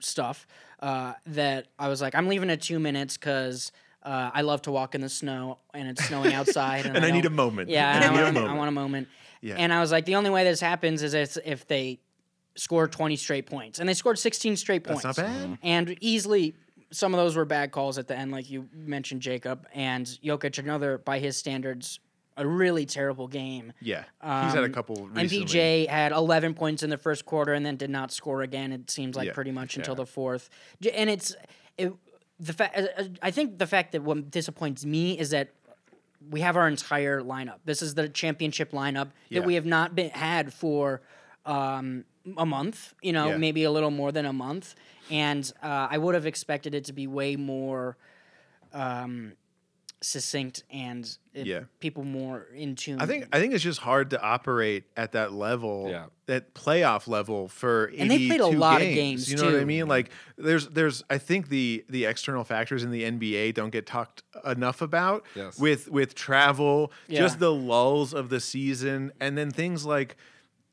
stuff uh, that I was like, I'm leaving at two minutes because uh, I love to walk in the snow and it's snowing outside. And,
And I need
don't-
a moment.
Yeah, and
I
I,
need a
want, a I
moment.
want a moment.
Yeah.
And I was like, the only way this happens is if, if they score 20 straight points. And they scored 16 straight points.
That's not bad.
And easily, some of those were bad calls at the end, like you mentioned, Jacob. And Jokic, another, by his standards, a really terrible game.
Yeah. He's
Um,
had a couple recently.
MPJ had 11 points in the first quarter and then did not score again. It seems like
Yeah.
pretty much until the fourth. J- And it's it, the fact. I think the fact that what disappoints me is that we have our entire lineup. This is the championship lineup
Yeah.
that we have not been had for um, a month. You know,
Yeah.
maybe a little more than a month. And uh, I would have expected it to be way more. Um, succinct and it-
Yeah.
people more in tune
I think I think it's just hard to operate at that level,
Yeah.
that playoff level for 82
And they played a lot of
games,
games,
You know what I
too.
mean? Like there's there's I think the the external factors in the NBA don't get talked enough about
Yes.
with with travel, just
Yeah.
the lulls of the season, and then things like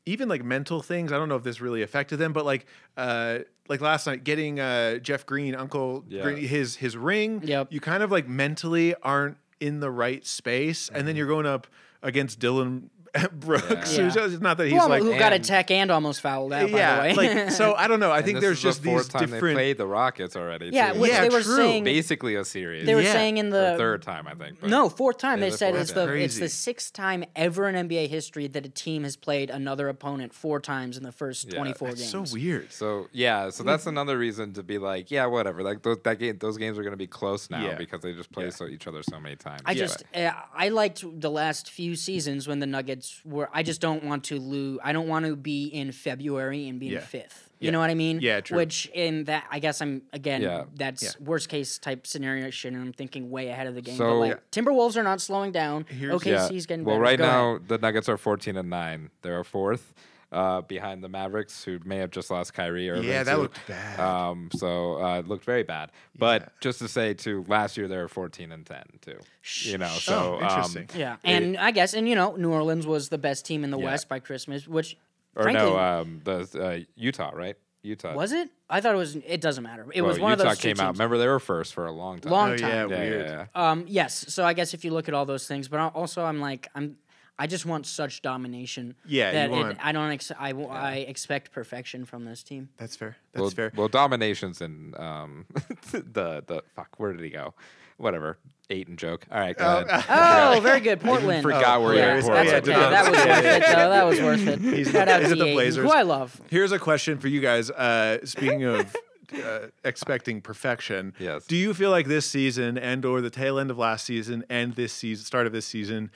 even like mental things. I don't know if this really affected them, but like uh like last night, getting uh Jeff Green, Uncle
Yeah.
Green, his his ring.
Yep.
You kind of like mentally aren't in the right space, and
Mm-hmm.
then you're going up against Dylan Brooks,
Yeah.
who's it's not that he's
Well,
like
who got a
and-
tech and almost fouled out, by
yeah,
the way.
like so. I don't know. I
And
think
this
there's
is
just
the fourth
these
time
different.
They played the Rockets already.
yeah,
too.
which
Yeah,
they were
true.
saying
basically a series.
they were
Yeah.
saying in
the
the
third time, I think. but-
no fourth time
Yeah,
they
the
said
fourth
it's
time.
the it's
Crazy.
the sixth time ever in NBA history that a team has played another opponent four times in the first
Yeah,
twenty four
It's
games.
so weird.
So yeah, so that's another reason to be like, yeah, whatever. Like those that game, those games are going to be close now
Yeah.
because they just play so each other so many times.
I just uh, I liked the last few seasons when the Nuggets were. I just don't want to lose. I don't want to be in February and be
Yeah.
in fifth. You know what I mean?
Yeah, true.
Which in that, I guess I'm again.
Yeah.
That's worst case type scenario shit, and I'm thinking way ahead of the game. but
So-
like Timberwolves are not slowing down.
Here's-
OKC's
yeah.
getting
well,
better.
right
Go ahead.
now the Nuggets are 14 and nine. They're fourth uh, behind the Mavericks, who may have just lost Kyrie. Irving
Yeah, that
too.
looked bad.
Um, so uh, it looked very bad. But just to say, too, last year they were 14 and 10 too. You know, so um,
Oh, interesting.
Yeah, and I guess, and you know, New Orleans was the best team in the
Yeah.
West by Christmas, which
or
frankly
no, um, the uh, Utah, right? Utah
was it. I thought it was. It doesn't matter. It
Bro,
was one
Utah
of those two
came out.
teams.
Remember, they were first for a long time.
Long
Oh yeah,
time.
yeah, yeah,
weird.
yeah.
Um, yes. So I guess if you look at all those things, but al- also I'm like I'm. I just want such domination.
Yeah, you
that it,
want-
I don't. Ex- I, w- I expect perfection from this team.
That's fair. That's
Well,
fair.
well, dominations and um, the the fuck. Where did he go? Whatever. Eight and joke. All right. Go ahead.
Oh, very good, Portland.
forgot where
he
yeah,
was.
That's
Oh, yeah,
okay.
Denon's-
That was
yeah,
worth it. Though. That was worth it.
He's
Shout
the-
out
he's
to
at the
Yaden,
Blazers.
who I love.
Here's a question for you guys. Uh, speaking of uh, expecting perfection,
Yes.
Do you feel like this season and or the tail end of last season and this season, start of this season,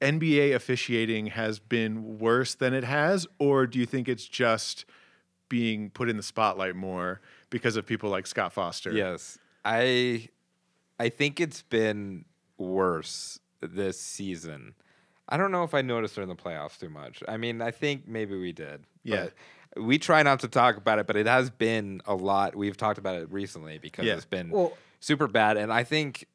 NBA officiating has been worse than it has, or do you think it's just being put in the spotlight more because of people like Scott Foster?
Yes. I I think it's been worse this season. I don't know if I noticed during the playoffs too much. I mean, I think maybe we did.
Yeah.
But we try not to talk about it, but it has been a lot. We've talked about it recently because
Yeah.
it's been
Well-
super bad. And I think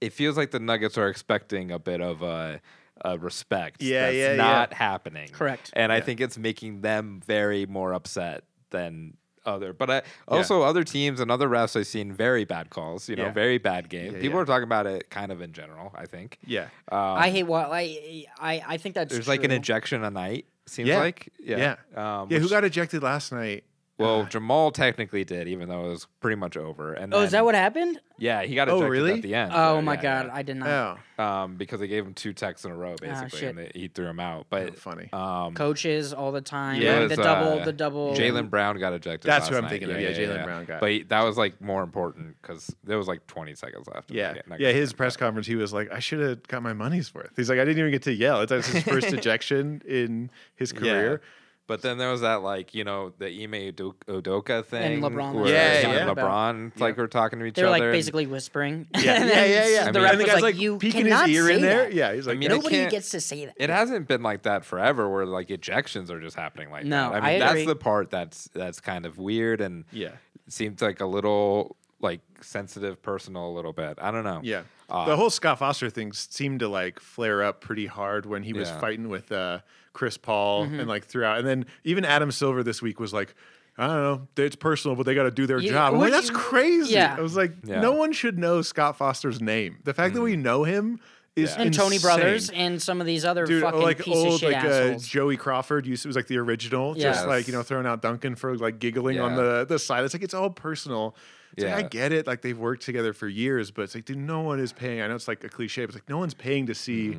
it feels like the Nuggets are expecting a bit of a, a respect
Yeah,
that's
yeah, yeah.
not happening.
Correct.
And I think it's making them very more upset than other. But I also other teams and other refs I've seen very bad calls. You know,
Yeah.
very bad game.
Yeah,
People
yeah.
are talking about it kind of in general. I think.
Yeah.
I hate. Well, I I I think that's
There's like an
true.
ejection a night. Seems
Yeah.
like.
Yeah.
Um,
yeah.
which-
Who got ejected last night?
well, Jamal technically did, even though it was pretty much over. And
Oh, is
then-
that what happened?
Yeah, he got
Oh,
ejected
really?
at the end.
Oh
Yeah,
my
yeah,
god,
yeah.
I did not.
Oh,
Um, because they gave him two texts in a row, basically,
shit.
and they, he threw him out. But
Oh, funny.
Um,
coaches all the time.
It
Yeah,
was,
the double,
uh,
the double.
Jalen Brown got ejected.
That's
last
who I'm
night.
thinking of. Yeah, Jalen Brown got-
But he- that was like more important because there was like 20 seconds left. in
Yeah.
the game.
Yeah. His press conference, he was like, I should have got my money's worth. He's like, I didn't even get to yell. It's his first ejection in his
Yeah.
career.
But then there was that like you know the Ime Udo- Udoka thing
LeBron
where
was
Yeah,
him
yeah.
and LeBron like were talking to each
They were
other.
like
and-
basically whispering.
Yeah.
and
yeah.
then
Yeah. Yeah.
The ref was like, "You
peeking
cannot
his ear
say
in there.
that.
Yeah. He's like,
mean,
"Yeah."
it
Nobody
can't-
gets to say that.
It hasn't been like that forever, where like ejections are just happening like
No,
that. I
I
mean, that's
agree.
the part that's that's kind of weird and
Yeah.
seems like a little like sensitive, personal, a little bit. I don't know.
Yeah.
Uh,
the whole Scott Foster thing seemed to like flare up pretty hard when he was
Yeah.
fighting with uh, Chris Paul and
Mm-hmm.
like throughout. And then even Adam Silver this week was like, I don't know, it's personal, but they got to do their
Yeah,
job. I'm like,
which-
that's crazy.
yeah.
I was like,
Yeah. Mm.
no one should know Scott Foster's name. The fact that we know him is
and Tony
insane.
Brothers and some of these other
Dude,
fucking
like
piece
old
of shit
like uh,
assholes.
Joey Crawford used it was like the original,
Yes.
just like you know throwing out Duncan for like giggling on
Yeah.
the the side. It's like it's all personal. It's like,
Yeah.
I get it. Like they've worked together for years, but it's like dude, no one is paying. I know it's like a cliche, but it's like no one's paying to see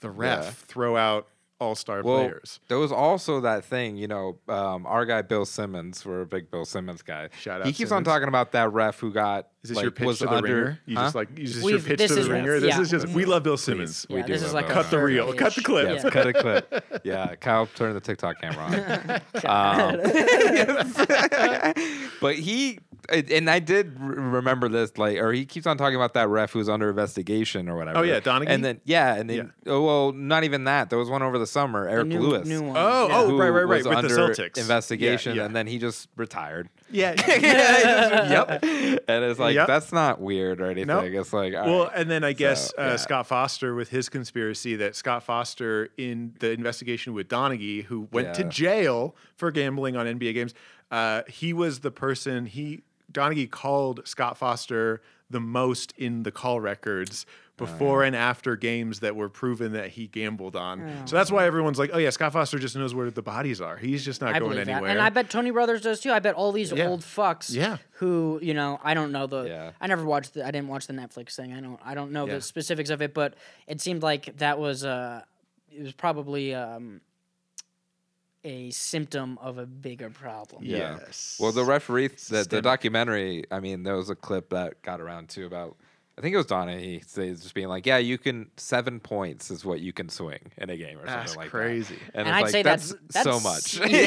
the ref
Mm-hmm. Yeah.
throw out all star players.
There was also that thing, you know, um, our guy Bill Simmons, we're a big Bill Simmons guy.
Shout
He
out
keeps on
Simmons.
talking about that ref who got
Is this
like,
your pitch
was
to the
under,
ringer? You
Huh?
just like is this your
We've-
pitch
this
to
is-
the ringer? This
yeah.
is just we love Bill Simmons.
yeah,
we do
this
love
is like a
that.
Cut the
third
reel. Cut the
pitch.
clip.
Yes,
Yeah.
cut a clip. Yeah, Kyle, turn the TikTok camera on. Um, but he, and I did re- remember this, like, or he keeps on talking about that ref who's under investigation or whatever.
Oh, yeah, Donaghy?
And then, yeah, and then,
Yeah.
oh, well, not even that. There was one over the summer, Eric
new-
Lewis.
new one.
Oh,
Yeah.
oh,
who
right, right, right.
was
With
under
the Celtics Yeah,
investigation,
yeah.
and then he just retired.
yeah.
yep. And it's like
Yep.
that's not weird or anything.
Nope.
It's like all
well,
right.
and then I guess uh,
yeah.
Scott Foster with his conspiracy that Scott Foster in the investigation with Donaghy, who went to
Yeah.
jail for gambling on NBA games, uh, he was the person he Donaghy called Scott Foster the most in the call records
Oh,
before and after games that were proven that he gambled on. So that's why everyone's like, "Oh yeah, Scott Foster just knows where the bodies are. He's just not
I
going
believe that,
anywhere."
and I bet Tony Brothers does too. I bet all these
Yeah.
old fucks,
Yeah.
who you know, I don't know the,
Yeah.
I never watched, the, I didn't watch the Netflix thing. I don't, I don't know
Yeah.
the specifics of it, but it seemed like that was, uh, it was probably um, a symptom of a bigger problem.
yeah.
Yes.
Well, the referee, the, the
Systemic.
documentary. I mean, there was a clip that got around too about I think it was Donahue he says just being like, yeah, you can seven points is what you can swing in a game or
That's
something like
crazy.
that.
And
it's
I'd
like,
say that's-
so
that's-
much.
yeah.
Yeah,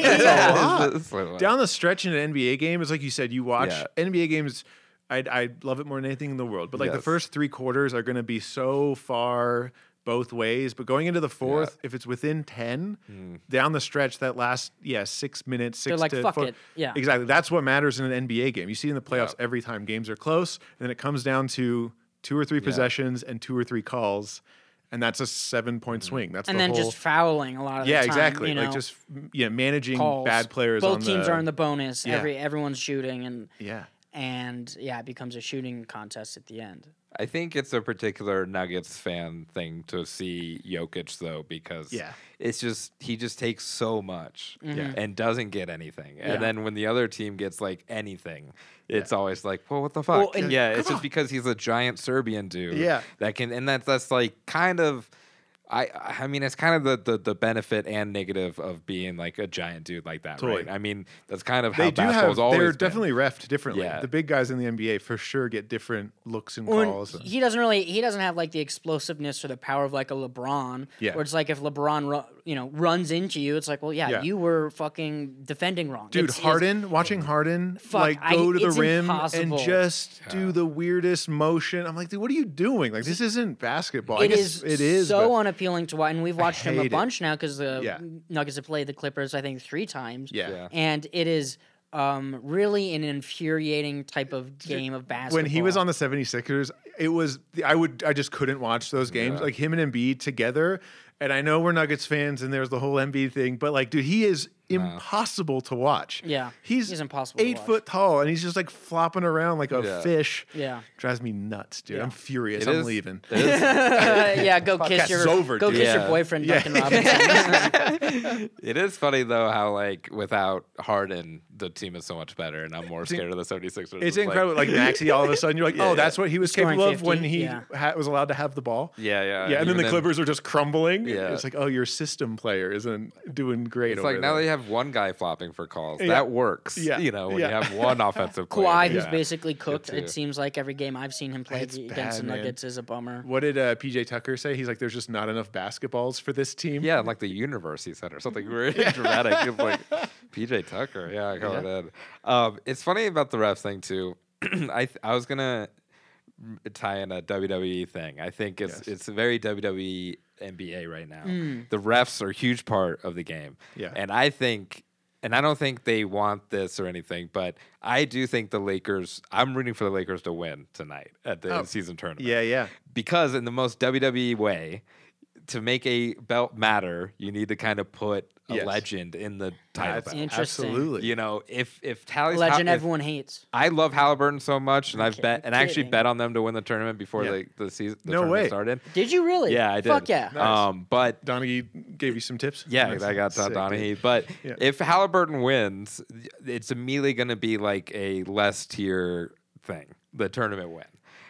it's- it's so much.
Down the stretch in an NBA game, it's like you said, you watch
Yeah.
NBA games. I I love it more than anything in the world. But like the
Yes.
first three quarters are going to be so far both ways. But going into the fourth, if it's within ten,
Hmm.
down the stretch, that last yeah six minutes, 6
They're like,
to
"Fuck
four-
it." Yeah.
exactly. That's what matters in an NBA game. You see in the playoffs every time games are close, and then it comes down to two or three possessions and two or three calls, and that's a seven
Hmm.
point swing. That's
and
the
then
whole,
just fouling a lot of the
yeah,
time,
exactly.
you know,
Like just m- yeah, managing
calls.
bad players.
Both
on
teams are in the bonus.
Yeah.
Every everyone's shooting and
yeah.
and yeah, it becomes a shooting contest at the end.
I think it's a particular Nuggets fan thing to see Jokic though, because
Yeah.
it's just he just takes so much
Yeah.
and doesn't get anything.
Yeah.
And then when the other team gets like anything, it's always like, Well, what the fuck?
Well, and-
yeah, it's just because he's a giant Serbian dude.
Yeah.
That can and that's that's like kind of I, I mean it's kind of the, the, the benefit and negative of being like a giant dude like that,
Totally.
right? I mean that's kind of how
They do
basketball's
have.
always
They're
been.
definitely refed differently.
Yeah.
The big guys in the NBA for sure get different looks and
Well, and
calls. and-
he doesn't really he doesn't have like the explosiveness or the power of like a LeBron.
Yeah.
Where it's like if LeBron ru- you know runs into you, it's like well yeah,
Yeah.
you were fucking defending wrong.
Dude,
It's- it's-
Harden, watching Harden
Fuck,
like
I-
go to the
it's
rim
impossible.
and just do the weirdest motion. I'm like, dude, what are you doing? Like, this isn't basketball. I
It
guess
is
it is.
so
but-
unappealing to watch, and we've watched him
hate
a
it.
bunch now because the
Yeah.
Nuggets have played the Clippers, I think, three times.
yeah.
Yeah.
and it is um, really an infuriating type of game of basketball.
When he was on the 76ers, it was I would I just couldn't watch those games. Like him and Embiid together. And I know we're Nuggets fans and there's the whole Embiid thing, but like, dude, he is impossible to watch.
Yeah,
He's,
he's impossible to
Eight
watch.
foot tall and he's just like flopping around like a
Yeah.
fish.
Yeah.
Drives me nuts, dude. I'm furious.
It
I'm
is-
leaving.
it is-
Uh, yeah, go kiss
Podcast's
your
over,
go
dude.
kiss
Yeah.
your boyfriend
Yeah.
Duncan Robinson.
It is funny though how like without Harden the team is so much better and I'm more scared of the 76ers.
It's
like-
incredible. Like, Maxi, all of a sudden, you're like, oh,
yeah.
that's what he was
Scoring
capable of when
50,
he
yeah.
ha- was allowed to have the ball.
yeah, yeah.
Yeah, and then
Even
the Clippers are just crumbling.
Yeah.
It's like, oh, your system player isn't doing great.
It's
over
like now
there.
they have one guy flopping for calls.
Yeah.
That works.
Yeah.
You know, when
Yeah.
you have one offensive player.
Kawhi,
yeah.
who's basically cooked.
too.
It seems like every game I've seen him play
It's
against
bad,
the
man.
Nuggets is a bummer.
What did uh, PJ Tucker say? He's like, there's just not enough basketballs for this team. Mm-hmm.
Yeah, like the universe he said or something really dramatic. It's like PJ Tucker. Yeah, I call it that. Um, it's funny about the refs thing too. I th- I was gonna m- tie in a WWE thing. I think it's
Yes. Mm.
it's very E WWE NBA right now. The refs are a huge part of the game.
Yeah.
And I think and I don't think they want this or anything, but I do think the Lakers I'm rooting for the Lakers to win tonight at the
Oh.
season tournament
Yeah, yeah.
because in the most WWE way, to make a belt matter, you need to kind of put a
Yes.
legend in the title.
That's
belt.
Interesting.
Absolutely.
You know, if if Tally's
Legend
if-
everyone hates.
I love Halliburton so much, and I've
kid-
bet and I actually
kidding.
bet on them to win the tournament before
Yeah.
the the season the
No
tournament
way.
started.
Did you really?
Yeah, I did.
Fuck yeah.
Um, but
Donaghy gave you some tips.
yeah,
That's
I got
sick,
Todd
dude.
Donahue. But
Yeah.
if Halliburton wins, it's immediately going to be like a less tier thing, the tournament win.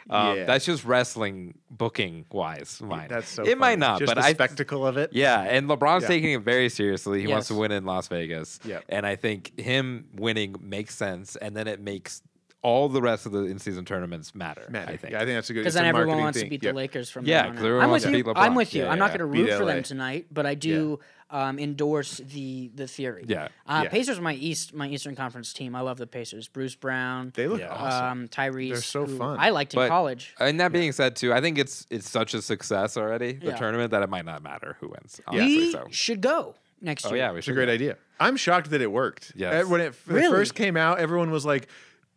Um,
Yeah.
That's just wrestling booking wise. Mine.
That's so.
It might
funny.
not,
Just
but
the
I
spectacle of it.
yeah, and LeBron's
Yeah.
taking it very seriously. He wants to
Yes.
win in Las Vegas.
Yep.
And I think him winning makes sense, and then it makes all the rest of the in season tournaments matter.
Matter.
I think.
Yeah, I think that's a good.
Because
it's a
then everyone
marketing
wants
thing.
to beat
Yeah.
the Lakers from
Yeah,
there on
'cause
out.
everyone
I'm
wants
with
to
you.
beat
I'm
LeBron.
with you.
Yeah,
I'm
yeah,
not
yeah.
going to
Beat
root for
LA.
them tonight, but I do um, endorse the the theory.
Yeah.
Uh,
Yeah.
Pacers are my East my Eastern Conference team. I love the Pacers. Bruce Brown.
They look
Yeah.
awesome.
Um, Tyrese.
so
who
fun.
I liked in
But-
college.
And that being said, too, I think it's it's such a success already the
Yeah.
tournament that it might not matter who wins. Honestly,
We
so.
should go next
Oh
year.
yeah, we
It's a
should.
great idea. I'm shocked that it worked.
Yes.
Uh, When it f- when it
Really?
first came out, everyone was like,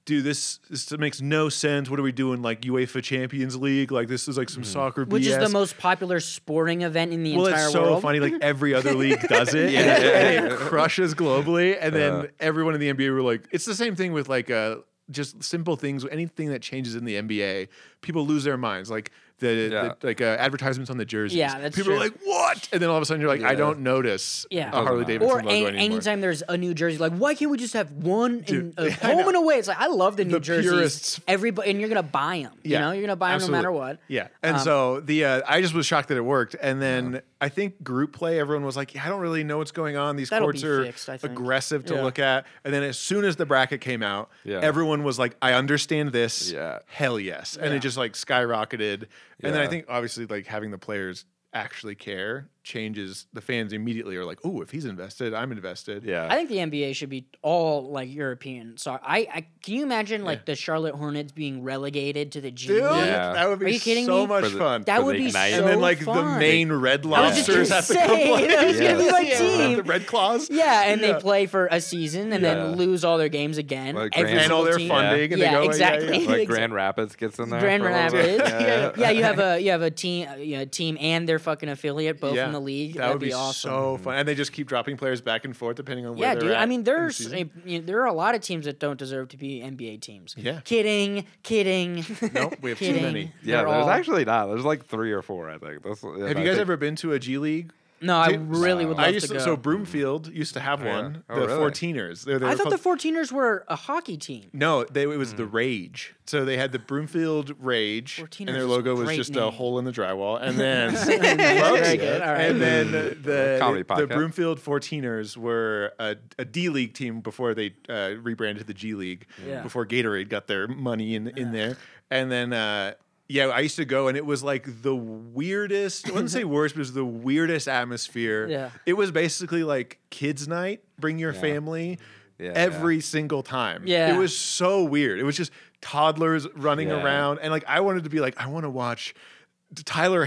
dude, this, this makes no sense. What are we doing? Like UEFA Champions League? Like, this is like
Mm.
some soccer
Which
BS.
is the most popular sporting event in the
well,
entire
it's so
world.
funny. Like every other league does it,
Yeah, Uh-huh.
and,
yeah,
it crushes globally. And then everyone in the NBA were like, it's the same thing with like uh, just simple things. Anything that changes in the NBA, people lose their minds. Like the,
Yeah.
the like uh, advertisements on the jerseys.
Yeah, that's
people are
true.
like, "What?" And then all of a sudden you're like, "I
Yeah.
don't notice
Yeah.
a Harley
Doesn't matter.
Davidson
Or
logo
a-
anymore."
anytime there's a New Jersey, like why can't we just have one in,
Dude,
uh,
I
home
know.
and away? It's like I love the New
The
Jerseys.
purists.
Everybody, and you're gonna buy them.
Yeah,
you know, you're gonna buy them
absolutely.
no matter what. Um,
Yeah, and so the uh, I just was shocked that it worked, and then I think group play, everyone was like, "Yeah, I don't really know what's going on. These
That'll
courts
be
are
fixed, I think.
aggressive to
Yeah.
look at." And then as soon as the bracket came out,
Yeah.
everyone was like, "I understand this.
Yeah.
hell yes!" And
Yeah.
it just like skyrocketed. And then I
Yeah.
think obviously like having the players actually care changes the fans immediately are like, "Oh, if he's invested, I'm invested."
Yeah.
I think the NBA should be all like European. So I, I can you imagine like the Charlotte Hornets being relegated to the G
Dude,
League?
Yeah.
that would
Are
be
you kidding
so
me?
much
For the-
fun.
That
For
would
the
be so
Ignite.
and then like the
fun.
main red
I was
just
lobsters
gonna
have to
say,
come play.
that was gonna be my
Yeah.
team.
The red claws.
Yeah, and
Yeah.
they play for a season and
Yeah.
then lose all their games again.
Like
every
Grand-
and all
single
their
team.
fun-
funding, and
Yeah,
they go "Oh,
exactly.
Yeah, yeah.
like Grand Rapids gets in there.
Grand
for a little
Rapids.
bit.
Yeah. you have a you have a team, uh, you know, team and their fucking affiliate both
Yeah.
in the league.
That
That'd
would be,
awesome.
so fun, and they just keep dropping players back and forth depending on where
yeah,
they're
dude.
at
I mean,
in the
there's
season.
a, you know, there are a lot of teams that don't deserve to be NBA teams.
Yeah.
kidding, kidding.
Nope, we have too
Kidding.
many.
Yeah,
They're
there's
all-
actually not. There's like three or four, I think. That's, yeah,
Have
I
you guys
think-
ever been to a G League?
No, I
Dude,
really would love
I used
to
to,
go.
so Broomfield used to have
yeah.
one.
Oh,
the
really?
14ers. They're, they're
I thought
called-
the 14ers were a hockey team.
no, they, it was the
Mm.
Rage. So they had the Broomfield Rage, and
14ers is
their
a
logo was
great
just a
name.
hole in the drywall, and then
Very good. All right. Mm.
and then the
Comedy
the,
podcast.
Broomfield 14ers were a, a D League team before they uh, rebranded to the G League.
Yeah.
Before Gatorade got their money in in there, and then. Uh, yeah, I used to go, and it was like the weirdest. I wouldn't say worst, but it was the weirdest atmosphere.
Yeah.
it was basically like kids' night. Bring your family.
Yeah,
every single time.
Yeah.
it was so weird. It was just toddlers running
Yeah.
around, and like I wanted to be like, I want to watch Tyler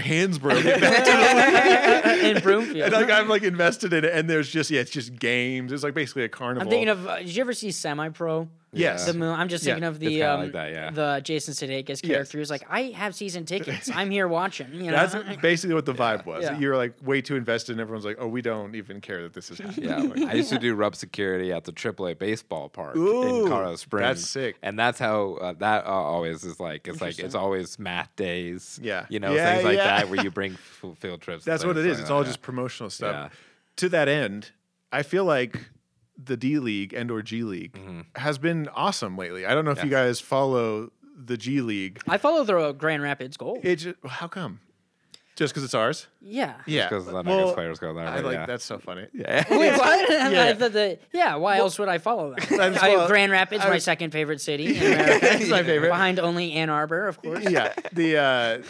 Hansbrough get back
in Broomfield.
and like I'm like invested in it, and there's just yeah, it's just games. It's like basically a carnival.
I'm thinking of. Uh, did you ever see Semi Pro?
yes,
The moon. I'm just
Yeah,
thinking of
it's
the
kinda
um,
like that, yeah.
the Jason Sudeikis character who's like, I have season tickets. I'm here watching. You know,
that's basically what the vibe was.
Yeah.
You're like way too invested, and everyone's like, oh, we don't even care that this is happening.
Yeah, I used to do rub security at the AAA baseball park in
Ooh,
Colorado Springs.
sick.
And that's how uh, that uh, always is like. It's like it's always math days.
Yeah.
you know
Yeah,
things like
yeah.
that where you bring f- field trips. and
That's what it
things
is.
like
It's
that,
all
yeah.
just promotional stuff.
Yeah.
To that end, I feel like the D League and or G League
Mm-hmm.
has been awesome lately. I don't know if you guys follow the G League.
I follow the Grand Rapids goal.
It just, how come? Just because it's ours?
yeah.
Yeah.
because then I guess
Well,
players go there.
I
but
like
yeah.
that's so funny.
Wait, what?
Yeah.
I thought that- yeah. Why else would I follow that?
That's
I-
well-
Grand Rapids,
I
my
was-
second favorite city. In America.
It's my favorite.
Behind only Ann Arbor, of course.
yeah the uh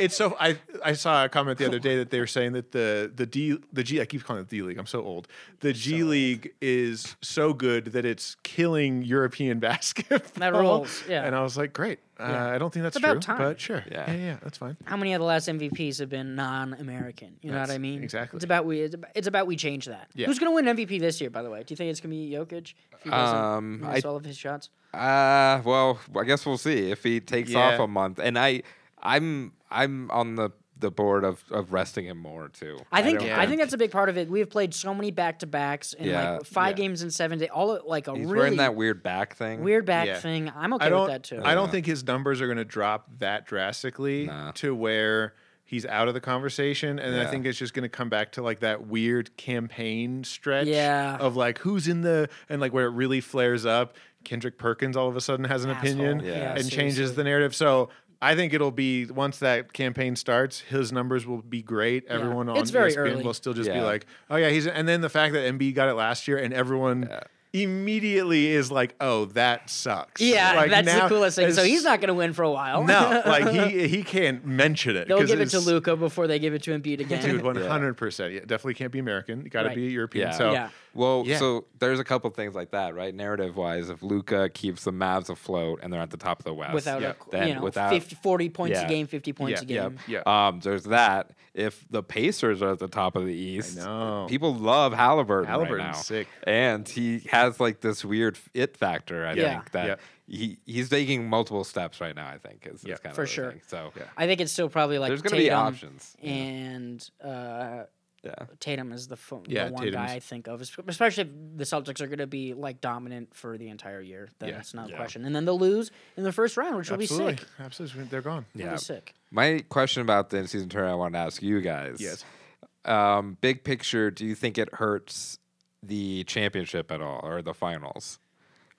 it's so i i saw a comment the other day that they were saying that the the d the g i keep calling it d league i'm so old the g league is so good that it's killing european basketball
That rules, yeah.
and i was like great uh, i don't think that's
It's about
true
time.
but sure
Yeah.
yeah yeah, yeah, that's fine
How many of the last MVPs have been non-American? You know what I mean?
exactly.
It's about we. It's about, it's about we change that.
Yeah.
Who's going to win MVP this year? By the way, do you think it's going to be Jokic? If he doesn't
Um,
miss
I-
all of his shots.
Uh well, I guess we'll see if he takes off
Yeah.
a month. And I, I'm, I'm on the the board of of resting him more too.
I think
don't
I, think that's a big part of it. We have played so many back to backs in
Yeah,
like five
yeah.
games in seven days. All like a
he's
really
wearing that weird back thing.
weird back
Yeah.
thing. I'm
i
okay
don't
with that too.
i don't think his numbers are going to drop that drastically
Nah.
to where he's out of the conversation and
Yeah.
i think it's just going to come back to like that weird campaign stretch
Yeah.
of like who's in the and like where it really flares up kendrick perkins all of a sudden has an
Asshole.
opinion
Yeah. Yeah,
and changes the narrative so I think it'll be once that campaign starts, his numbers will be great. Everyone on E
It's very
ESPN
early.
will still just be
Yeah.
like, "Oh yeah, he's." And then the fact that MB got it last year, and everyone immediately is like, "Oh, that sucks."
Yeah,
Like,
that's
now-
the coolest thing. So
as-
he's not going to win for a while.
No, like he he can't mention it.
They'll
'cause
give it to
it's-
Luca before they give it to Embiid again.
Dude, one hundred percent. Yeah, definitely can't be American. You got to
Right.
be European.
Yeah.
So
Yeah.
Well,
Yeah.
so there's a couple things like that, right? Narrative wise, if Luca keeps the Mavs afloat and they're at the top of the West,
without
Yeah.
a,
Then
you know,
without-
50, 40 points
Yeah.
a game, 50 points
Yeah.
a game.
Yeah.
Um, there's that. If the Pacers are at the top of the East,
know.
people love Halliburton. right
Halliburton's
now.
sick.
and he has like this weird it factor. I
Yeah.
think that
Yeah.
he he's taking mulple steps right now. I think is, is
Yeah.
kind of
For
the
sure.
thing. So
Yeah.
I think it's still probably like
There's
going
gonna
to
be options, yeah.
And uh,
Yeah.
Tatum is the, fo-
Yeah,
the one
Tatum's-
guy I think of, esp- especially if the Celtics are going to be like dominant for the entire year. Then
Yeah.
it's not
Yeah.
a question. And then they'll lose in the first round, which will
Absolutely.
be sick.
Absolutely. They're gone.
That'll be sick.
My question about the in-season tournament, I want to ask you guys.
Yes.
Um, big picture, do you think it hurts the championship at all or the finals?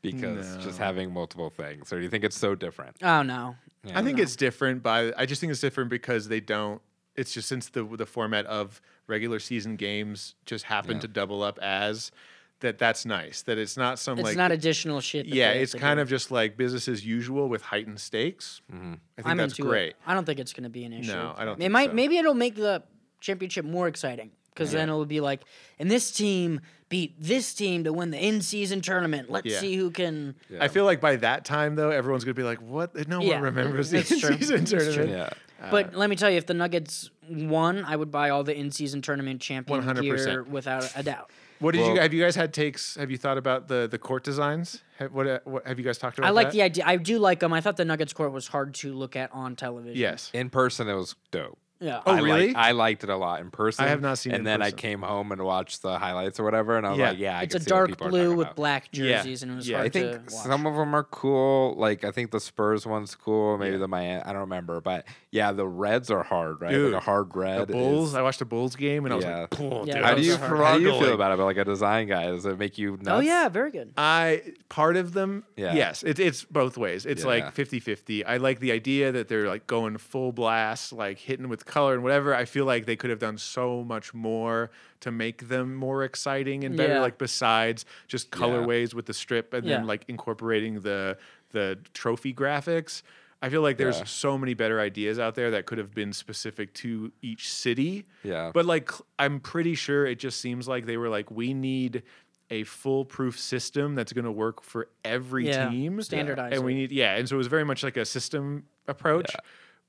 Because just having multiple things, or do you think it's so different?
Oh no.
I think it's different by I just think it's different because they don't it's just since the the format of regular season games just happen to double up as that that's nice that it's not some
It's
like
not additional shit. that
yeah
they have
it's
to
kind
do.
of just like business as usual with heightened stakes. I think
I'm
that's
into
great.
It. I don't think it's going to be an issue.
No, I don't
It
think
might.
so.
Maybe it'll make the championship more exciting because then it'll be like, and this team beat this team to win the in-season tournament. Let's
Yeah.
see who can.
I feel like by that time though everyone's gonna be like what no
Yeah.
one remembers the
That's true.
season
That's true.
tournament.
Yeah.
But let me tell you, if the Nuggets won, I would buy all the in-season tournament champion
100%.
gear without a doubt.
What did
Well-
you have you guys had takes? Have you thought about the the court designs? Have, what, uh, what have you guys talked about?
I like the
that?
idea. I do like them. I thought the Nuggets court was hard to look at on television.
yes.
In person, it was dope.
Yeah.
Oh,
I
really?
Liked, I liked it a lot in person.
have not seen it
And
in
then I
person.
came home and watched the highlights or whatever, and I was
Yeah.
like, yeah, I
it's a
can see what
dark
people are
blue
talking
with
about.
black
Yeah.
jerseys, and it was
Yeah.
hard
I
to
think
watch.
some of them are cool. Like I think the Spurs one's cool. Maybe the Miami. I don't remember, but yeah, the Reds are hard, right?
Dude,
like a hard red.
the Bulls.
is-
I watched the Bulls game and I was
Yeah.
like, "Cool,
Yeah,
dude,
how
those
do you
are hard.
how do you feel
struggling."
about it? But like a design guy, does it make you? Nuts?
oh yeah, very good.
I part of them,
Yeah.
yes, it's it's both ways. It's
Yeah.
like 50 50. I like the idea that they're like going full blast, like hitting with color and whatever. I feel like they could have done so much more to make them more exciting and better,
Yeah.
like besides just colorways with the strip and
Yeah.
then like incorporating the the trophy graphics. I feel like there's
Yeah.
so many better ideas out there that could have been specific to each city.
Yeah.
But like cl- I'm pretty sure it just seems like they were like we need a foolproof system that's going to work for every
Yeah,
team.
standardize
And we
it.
need yeah, and so it was very much like a system approach.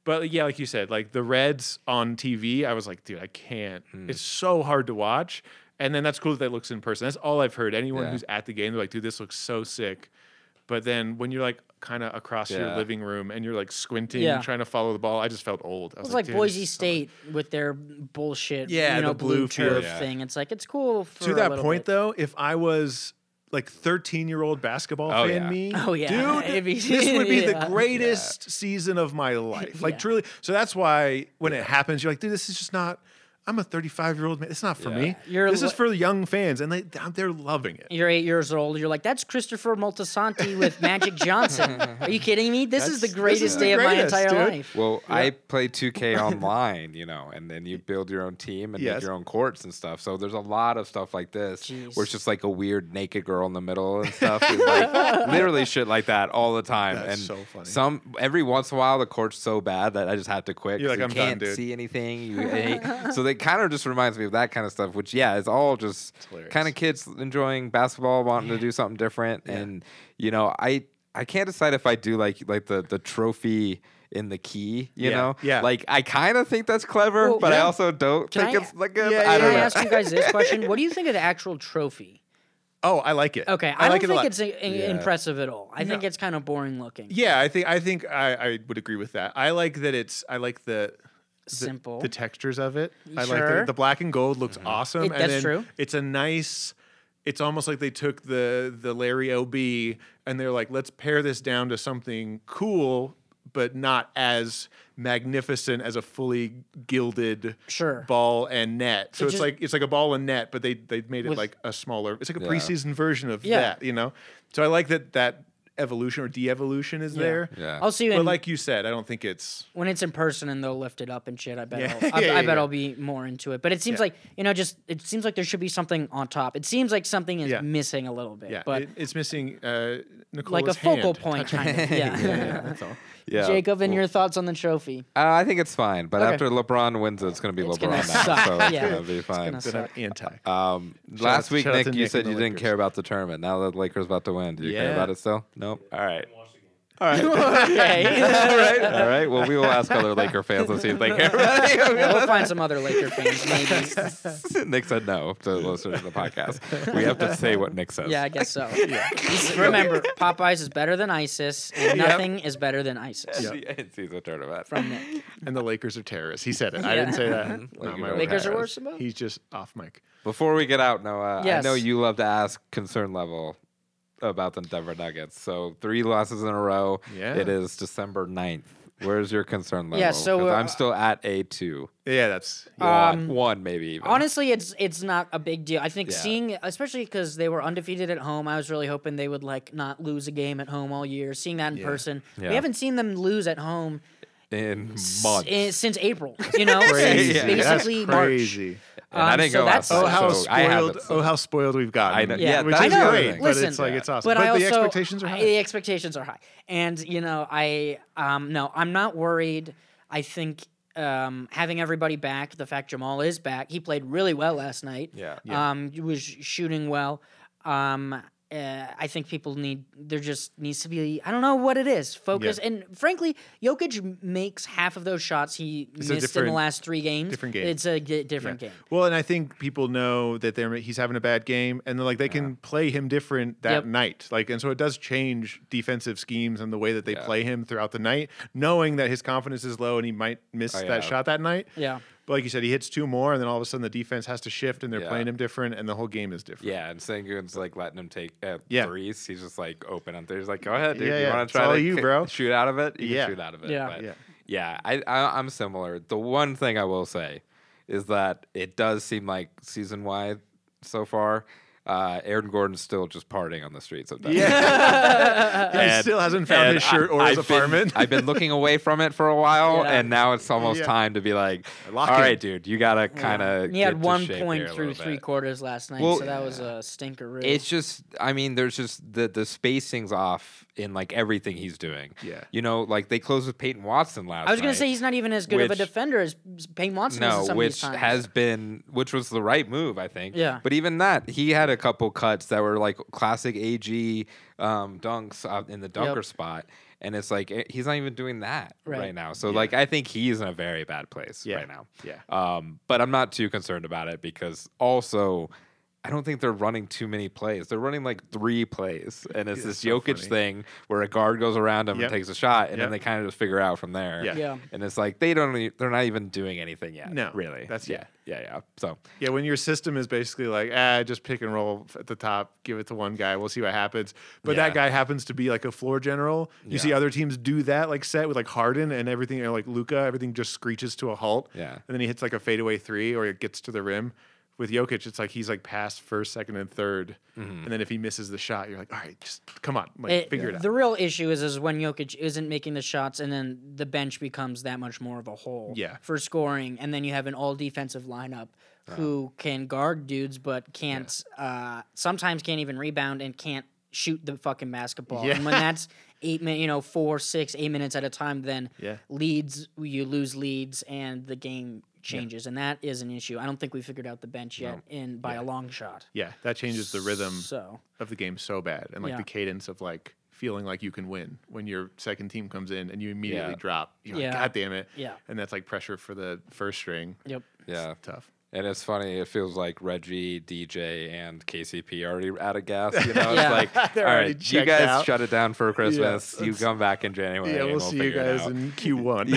But yeah, like you said, like the Reds on TV, I was like, dude, I can't.
Mm.
It's so hard to watch. And then that's cool that it looks in person. That's all I've heard. Anyone
Yeah.
who's at the game, they're like, dude, this looks so sick. But then when you're like kind of across
Yeah.
your living room and you're like squinting,
Yeah.
trying to follow the ball, I just felt old.
It
I was
was like
dude, this
Boise
is so much
State with their bullshit,
Yeah,
you know,
the
blue,
blue field.
turf
Yeah.
thing. It's like it's cool for
to
a
that
little
point
bit.
though, if I was like 13 year old basketball
Oh,
fan
yeah.
me,
Oh, yeah. It'd
dude,
be-
this would be
yeah.
the greatest season of my life. Like
Yeah.
truly. So that's why when it happens, you're like, dude, this is just not. I'm a 35 year old man. It's not for me.
You're
this
li-
is for the young fans, and they they're loving it.
You're eight years old. You're like, that's Christopher Moltisanti with Magic Johnson. Are you kidding me? This is the
That's- this is
greatest
the
day
greatest,
of my entire
dude.
life.
Well, I play 2K online, you know, and then you build your own team and make
Yes.
your own courts and stuff. So there's a lot of stuff like this where it's
Jeez.
just like a weird naked girl in the middle and stuff. It's like, literally shit like that all the time.
That's
and
so funny.
Some every once in a while the court's so bad that I just had to quit.
You're
'cause
like, "I'm
you
done,
can't
dude."
see anything. You hate. so that kind of just reminds me of that kind of stuff, which yeah, it's all just
hilarious.
kind of kids enjoying basketball, wanting to do something different, and you know, I I can't decide if I do like like the the trophy in the key, you
Yeah,
know,
yeah.
Like I kind of think that's clever,
Well,
but I
yeah.
also don't
Can
think
I-
it's like good.
Yeah,
I
Can
don't
I
know.
ask you guys this question? What do you think of the actual trophy?
Oh, I like it.
Okay, I, don't
I, like it a
think
lot.
it's i- i-
Yeah.
impressive at all. I think
No.
it's kind of boring looking.
yeah, I think I think I, I would agree with that. I like that it's I like the the-
Simple.
The, textures of it. I like
Sure.
the, the black and gold looks
Mm-hmm.
awesome.
It-
and
that's
then
true.
It's a nice. It's almost like they took the the Larry Ob and they're like, let's pare this down to something cool, but not as magnificent as a fully gilded
Sure.
ball and net. So
It
it's
just-
like it's like a ball and net, but they they made it
With-
like a smaller. It's like a
Yeah.
preseason version of
Yeah.
that, you know. So I like that that evolution or de-evolution is
Yeah.
there.
Yeah.
I'll see you
But
in,
like you said, I don't think it's
when it's in person and they'll lift it up and shit. I bet
Yeah.
I'll, I,
Yeah,
I
yeah,
bet
yeah.
I'll be more into it. But it seems
Yeah.
like you know, just it seems like there should be something on top. It seems like something is
Yeah.
missing a little bit.
Yeah,
but
it- it's missing uh, Nicola's
like a focal
hand.
point, kind of. Yeah.
That's all.
Yeah.
Jacob, and your thoughts on the trophy?
Uh, I think it's fine, but
Okay.
after LeBron wins, it, it's going to be
It's
LeBron
gonna
now,
suck.
so it's
Yeah.
going to be fine.
gonna suck.
Then I'm anti.
Um, last
out-
week,
shout out
Nick,
to
you
Nick
said
and
you
the
didn't
Lakers.
care about the tournament. Now that the Lakers about to win, do you care
Yeah.
about it still? Nope. All right.
Watch the game.
All right.
okay.
All right. All right. Well, we will ask other Laker fans and see if they care about any of
Yeah,
it.
we'll find some other Laker fans, maybe.
Nick said no to listeners to the podcast. We have to say what Nick says.
Yeah, I guess so. He's- Remember, Popeyes is better than ISIS, and
Yep.
nothing is better than ISIS.
Yeah.
See- He's a turtle.
From Nick.
And the Lakers are terrorists. He said it. I didn't say that. Not my
Lakers
words.
Lakers are
Harris.
worse about?
He's just off mic.
Before we get out, Noah,
Yes.
I know you love to ask concern level about the Denver Nuggets. So three losses in a row.
Yeah.
It is December 9th. Where's your concern level?
Yeah, so,
'Cause
uh,
I'm still at a two,
Yeah, that's
one,
Um,
one maybe. Even.
Honestly, it's it's not a big deal. I think
Yeah.
seeing, especially because they were undefeated at home, I was really hoping they would like not lose a game at home all year. Seeing that in person,
Yeah.
we haven't seen them lose at home
in
s-
months.
i- since April. You know,
crazy.
since
Yeah.
That's
basically March.
crazy.
and I
um,
didn't
so
go
that's-
outside.
Oh how
so I have
spoiled!
it, so-
Oh how spoiled we've gotten!
I know.
Yeah,
which
I
is
know.
great. but it's
Listen,
like it's awesome.
But, I also,
the expectations are high.
The expectations are high, and you know, I um no, I'm not worried. I think um having everybody back, the fact Jamal is back, he played really well last night.
Yeah.
Yeah.
um, he was shooting well. Um, uh, I think people need there just needs to be I don't know what it is focus and frankly Jokic m- makes half of those shots he
a
missed in the
different-
last three games.
different game.
It's a g- different
Yeah.
game.
Well, and I think people know that they're he's having a bad game, and then like they can play him different that
Yep.
night. Like, and so it does change defensive schemes and the way that they
Yeah.
play him throughout the night, knowing that his confidence is low and he might miss
Oh, yeah.
that shot that night.
Yeah.
But like you said, he hits two more, and then all of a sudden the defense has to shift, and they're
Yeah.
playing him different, and the whole game is different.
Yeah, and Sengun's like letting him take uh,
Yeah.
threes. He's just like open on threes. Like, go ahead, dude.
Yeah,
you
yeah.
want
It's
to try
all
to
you,
ki-
bro."
shoot out of it? You
Yeah.
can shoot out of it.
Yeah.
but
Yeah.
yeah. I, I I'm similar. The one thing I will say is that it does seem like season wide so far. Uh, Aaron Gordon's still just partying on the streets of Denver.
he
And-
still hasn't found
and
his shirt or
I-
his
I've been-
apartment.
I've been looking away from it for a while,
Yeah.
and now it's almost
Yeah.
time to be like, all
Lock
right,
in."
dude, you gotta kind of.
He had one point through three quarters last night,
Well,
so that was a stinker.
It's just, I mean, there's just the the spacing's off in like everything he's doing.
Yeah.
you know, like they closed with Peyton Watson last.
I was gonna
night,
say he's not even as good of a
which-
defender as Payne Watson is
no,
in some of
which
these times.
has been, which was the right move, I think.
Yeah.
But even that, he had a couple cuts that were like classic AG um, dunks out in the dunker
Yep.
spot, and it's like eh, he's not even doing that right,
Right.
now. So like, I think he's in a very bad place
Yeah.
right now.
Yeah.
Um, but I'm not too concerned about it because also. I don't think they're running too many plays. They're running like three plays, and it's this
so
Jokic
funny.
thing where a guard goes around him
Yep.
and takes a shot, and then
Yep.
they kind of just figure out from there.
Yeah.
Yeah.
And it's like they don't. e- They're not even doing anything yet.
No,
really.
that's
yeah, yeah, yeah. So
Yeah, when your system is basically like, ah, just pick and roll f- at the top, give it to one guy, we'll see what happens. But
Yeah.
that guy happens to be like a floor general. You see
Yeah.
other teams do that, like set with like Harden and everything, or like Luca, everything just screeches to a halt.
Yeah.
and then he hits like a fadeaway three, or it gets to the rim. With Jokic, it's like he's like past first, second, and 3rd
Mm-hmm.
and then if he misses the shot, you're like, all right, just come on, like
It-
figure it
The
out.
real issue is is when Jokic isn't making the shots, and then the bench becomes that much more of a hole.
Yeah.
For scoring, and then you have an all defensive lineup who can guard dudes but can't. Uh, sometimes can't even rebound and can't shoot the fucking basketball.
Yeah.
And when that's eight minutes, you know, four, six, eight minutes at a time, then
Yeah. leads-
leads you lose leads and the game changes, and that is an issue. I don't think we figured out the bench yet, in by a long shot.
Yeah, that changes the rhythm
So.
of the game so bad, and like
Yeah.
the cadence of like feeling like you can win when your second team comes in and you immediately
Yeah.
drop. You're like,
Yeah.
God damn it!
Yeah.
and that's like pressure for the first string.
Yep.
yeah,
Tough.
and it's funny. It feels like Reggie, DJ, and KCP are already out of gas. You know,
Yeah.
it's like all
They're already
right, you
checked
guys
out.
shut it down for Christmas. you
it's-
come back in January.
yeah,
and
we'll,
we'll
see you
figure it
guys
out.
in Q1.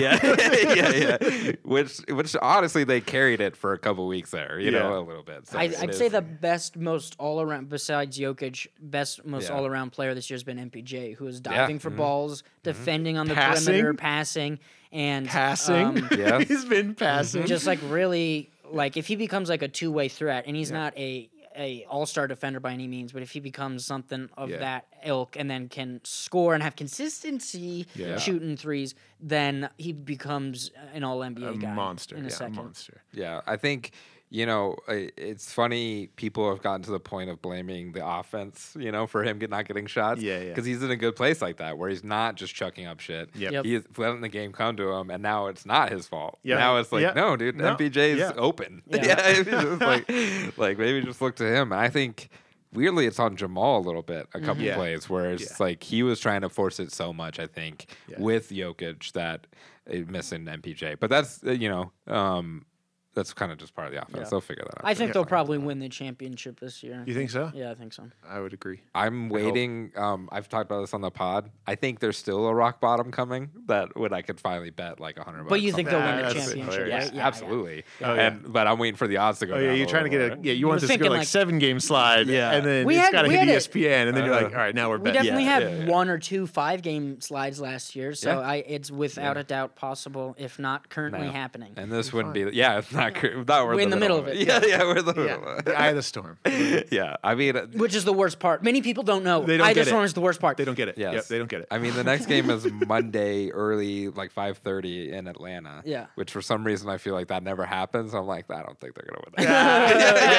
yeah, yeah, yeah. Which, which honestly, they carried it for a couple weeks there. You
Yeah.
know, a little bit. So
I,
it
I'd
is-
say the best, most all around, besides Jokic, best, most
Yeah.
all around player this year has been MPJ, who is diving for
mhm.
balls, defending on the
Mm-hmm. Passing.
perimeter, passing, and
passing.
um,
Yeah. Mm-hmm.
he's been passing.
just like really, like if he becomes like a two way threat, and he's not a a all star defender by any means, but if he becomes something of
Yeah.
that ilk and then can score and have consistency
Yeah.
shooting threes, then he becomes an all NBA
a
guy
monster.
in a
yeah,
second.
monster.
Yeah, I think you know i- it's funny. People have gotten to the point of blaming the offense, you know, for him get, not getting shots.
Yeah, yeah.
Because he's in a good place like that, where he's not just chucking up shit.
Yep.
Yep.
He's letting the game come to him, and now it's not his fault.
Yeah.
Now it's like,
Yeah.
no, dude,
No.
MPJ is
Yeah.
open.
Yeah.
Yeah, it's just like, like maybe just look to him. And I think weirdly it's on Jamal a little bit a couple
Mm-hmm. Yeah.
plays where it's
Yeah.
like he was trying to force it so much I think
Yeah.
with Jokic that it missing MPJ. But that's uh, you know um, that's kind of just part of the offense.
Yeah.
They'll figure that out.
I think
Yeah.
they'll probably win the championship this year.
You think so?
Yeah, I think so.
I would agree.
I'm
hope.
waiting. Um, I've talked about this on the pod. I think there's still a rock bottom coming that when I could finally bet like a hundred.
But you think
they'll
they'll
win
win
the
the
That's championship,
championship?
hilarious.
Yeah,
right?
absolutely.
Oh, yeah.
And but I'm waiting for the odds to go.
Oh yeah,
down
you're trying to get
little
a
more.
yeah. You
were
want this to go
thinking,
like,
like-
seven game slide,
Yeah.
and then
We
it's
had-
got to
we
hit E
had a-
ESPN, and then you're like, all right, now we're
We
betting.
definitely
Uh, yeah,
had
yeah, yeah.
one or two five game slides last year, so
Yeah.
I it's without a doubt possible, if not currently
No.
happening.
And this wouldn't be. Yeah, it's not. cr- Not we're
We're in the middle of it,
Yeah, yeah, we're in the middle.
Yeah.
Of
The
it.
eye of the storm.
yeah, I mean, uh,
Which is the worst part. Many people don't know.
They don't
I
get
just
it.
learned it's the worst part.
They don't get it.
Yes.
Yep, they don't get it.
I mean, the next game is Monday early, like 5:30 in Atlanta.
Yeah.
Which for some reason I feel like that never happens. I'm like, I don't think they're gonna win. That.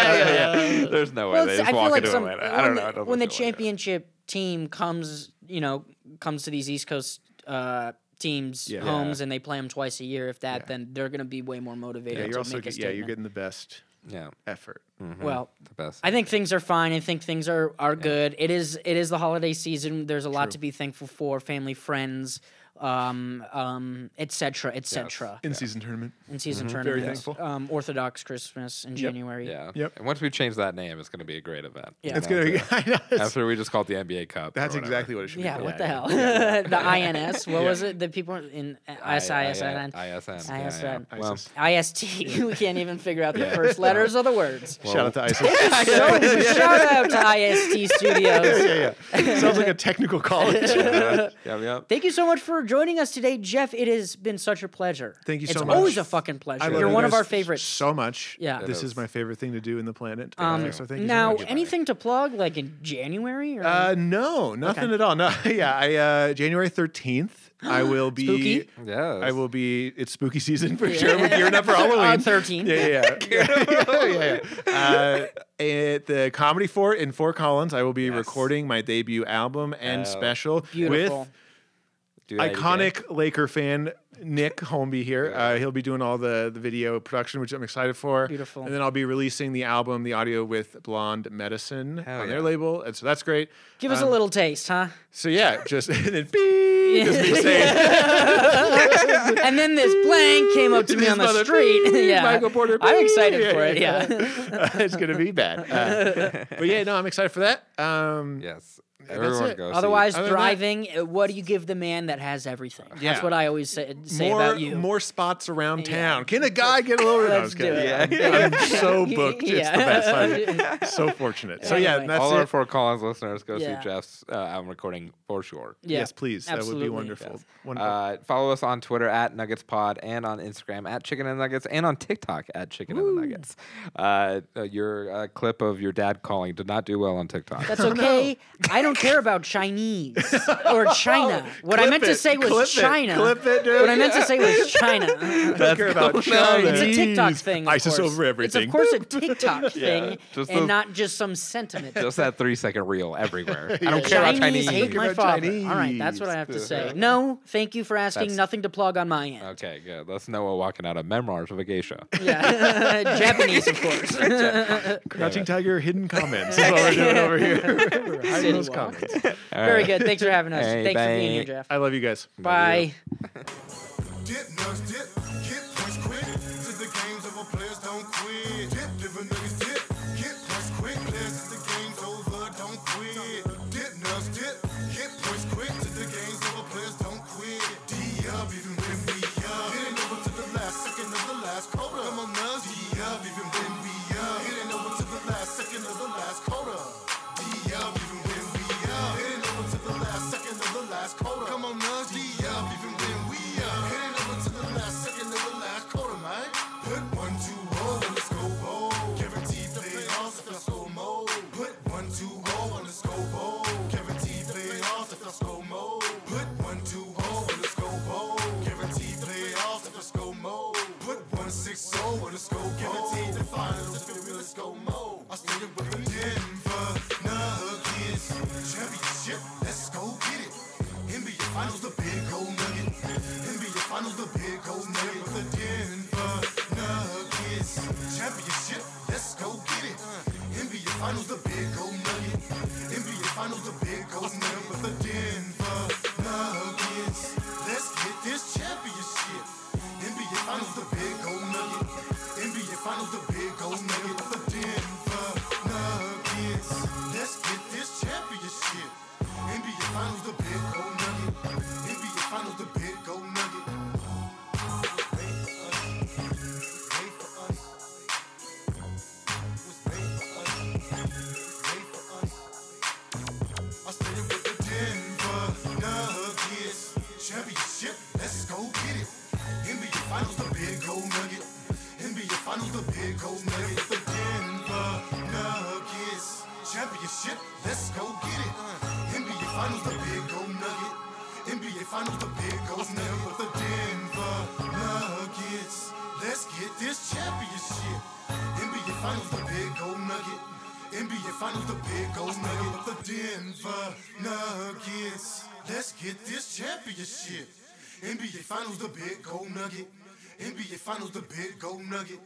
There's no way
Well,
they
it's-
just
I feel
walk
like
into
some,
Atlanta.
when
I don't
the,
know. I don't
when the
think they'll win it.
championship team comes, you know, comes to these East Coast uh, teams'
Yeah.
homes
Yeah.
and they play them twice a year. If that, then they're going to be way more motivated.
yeah,
to
you're also
make a
get, yeah, you're
statement.
getting the best
Yeah,
effort.
hmm.
Well,
the best.
I think things are fine. I think things are are good. It is it is the holiday season. There's a lot to be thankful for. Family, friends, um, um, etc. etc.
In season tournament.
In season
Very
tournaments,
thankful.
um, Orthodox Christmas in January.
yeah.
Yep.
And once we change that name, it's gonna be a great event.
Yeah.
You
It's
know,
Gonna be-
to-
I know, it's-
After we just call it the NBA Cup.
That's exactly what it should
Yeah,
be.
what
called.
the hell? the INS. What was it? The people in ISISN.
ISN.
ISN.
Yeah, yeah. Well,
ISIS.
IST. we can't even figure out the first letters of the words.
Shout out to ISIS.
So shout out to IST Studios.
yeah, yeah. Sounds like a technical college.
yeah, yeah.
Thank you so much for joining us today, Jeff. It has been such a pleasure.
Thank you
it's
so much.
always a fucking pleasure.
love
You're
you
one of
guys
our favorites.
So much.
Yeah.
This
It
is
is.
my favorite thing to do in the planet.
Um,
Uh, so thank you so
now,
much.
anything to plug, like in January? Or
Uh, no, nothing at all. No, yeah, I uh, January thirteenth, I will be.
Spooky.
Yes.
I will be. It's spooky season for sure. We're gearing up for Halloween.
On 13th.
Yeah, yeah, yeah. yeah, yeah, yeah. Uh, at the Comedy Fort in Fort Collins, I will be recording my debut album and
Oh.
special
Beautiful.
with
Do that again.
iconic Laker fan Nick Holmby here. Uh, he'll be doing all the, the video production, which I'm excited for.
Beautiful.
And then I'll be releasing the album, the audio with Blonde Medicine
Hell
on
yeah.
their label, and so that's great.
Give us a little taste, huh?
So yeah, just and then beep, just me saying
and then this blank came up to me
This
on the
mother-
street. yeah.
Michael Porter.
I'm excited
Yeah,
for it.
yeah,
Yeah.
it's gonna be bad. Uh, but yeah, no, I'm excited for that. Um,
Yes.
it.
Everyone goes.
Otherwise,
Other than that-
thriving. uh, What do you give the man that has everything?
Yeah.
That's what I always say, say
more
about you.
more spots around
Yeah.
town. Can a guy get a little? No, I'm
Let's
just
do
kidding.
it.
I'm so booked. It's the best.
Yeah.
I'm so fortunate. So yeah,
Anyway.
that's
all
it.
our Fort Collins listeners go
Yeah.
see Jeff's uh, album recording for sure.
Yes, please. That would
absolutely.
be wonderful. Wonderful.
Uh, follow us on Twitter at Nuggets Pod and on Instagram at Chicken and Nuggets and on TikTok at Chicken and the Nuggets. Uh, uh, your uh, clip of your dad calling did not do well on TikTok.
That's okay. I don't care about Chinese or China. What I
Clip
meant
it.
to say was
Clip it.
China.
Clip it, dude.
What I meant to say was China.
Don't care about China.
It's a TikTok thing. Of
ISIS
course.
over everything.
It's of course a TikTok thing,
just
and
those-
not just some sentiment.
Just that three second reel everywhere. I
Yeah.
don't care about
Chinese
Chinese.
hate my
About
father.
Chinese.
All right, that's what I have to say. No, thank you for asking.
That's-
Nothing to plug on my end.
Okay, good. That's Noah walking out of Memoirs of a Geisha.
Yeah, Japanese, of course.
Crouching Tiger, hidden comments. That's what we're doing over here. We're hiding those
City walk.
comments.
Very good. Thanks for having us.
Hey,
Thanks for being
bye.
here, Jeff.
I love you guys.
Bye.
Dip nuts, dip, get punched quick. To the games over, players don't quit. Dip, different niggas dip, get punched quick. Players to the games over, don't quit. Dip nuts, dip, get punched quick. To the games over, players don't quit. D up, even when we up. It ain't over to the last second of the last quarter. Come on, nuts, D up, even when we up. It ain't over to the last second of the last quarter. D up, even when we up. It ain't over to the last second of the last quarter. Come on, nuts, D up, even when we up. It ain't over to the last second of the last quarter, man. Put one, two, oh, and let's go bold. Guaranteed playoffs if I score more. Put one, two, oh, and let's go bold. Guaranteed playoffs if I score more. Put one, two, oh, and let's go bold. Guaranteed playoffs if I score more. Put one, six, oh, and let's go bold. Guaranteed the finals if it really score more. I stayed with the Denver Nuggets championship. Let's go get it. NBA Finals, the big gold nugget. NBA Finals, the big gold nugget. With the Denver Nuggets championship. Let's go get it. NBA Finals, the big gold nugget. I know the big goes never but the Denver Nuggets. Let's get this championship. NBA Finals, the big gold nugget. NBA Finals, the big gold nugget. The Denver Nuggets. Let's get this championship. NBA Finals, the big gold nugget. NBA Finals, the big gold nugget. Wait for us. Wait for us. Just wait for us. Wait for us. I stayed with the Denver Nuggets. Championship, let's go get it. NBA Finals, the big gold nugget. NBA Finals, the big gold nugget. The Denver Nuggets. Championship, let's go get it. NBA Finals, the big gold nugget. NBA Finals, the big gold nugget. With the Denver Nuggets. Let's get this championship. NBA Finals, the big gold nugget. NBA Finals, the big gold nugget of the Denver Nuggets. Let's get this championship. NBA Finals, the big gold nugget. NBA Finals, the big gold nugget.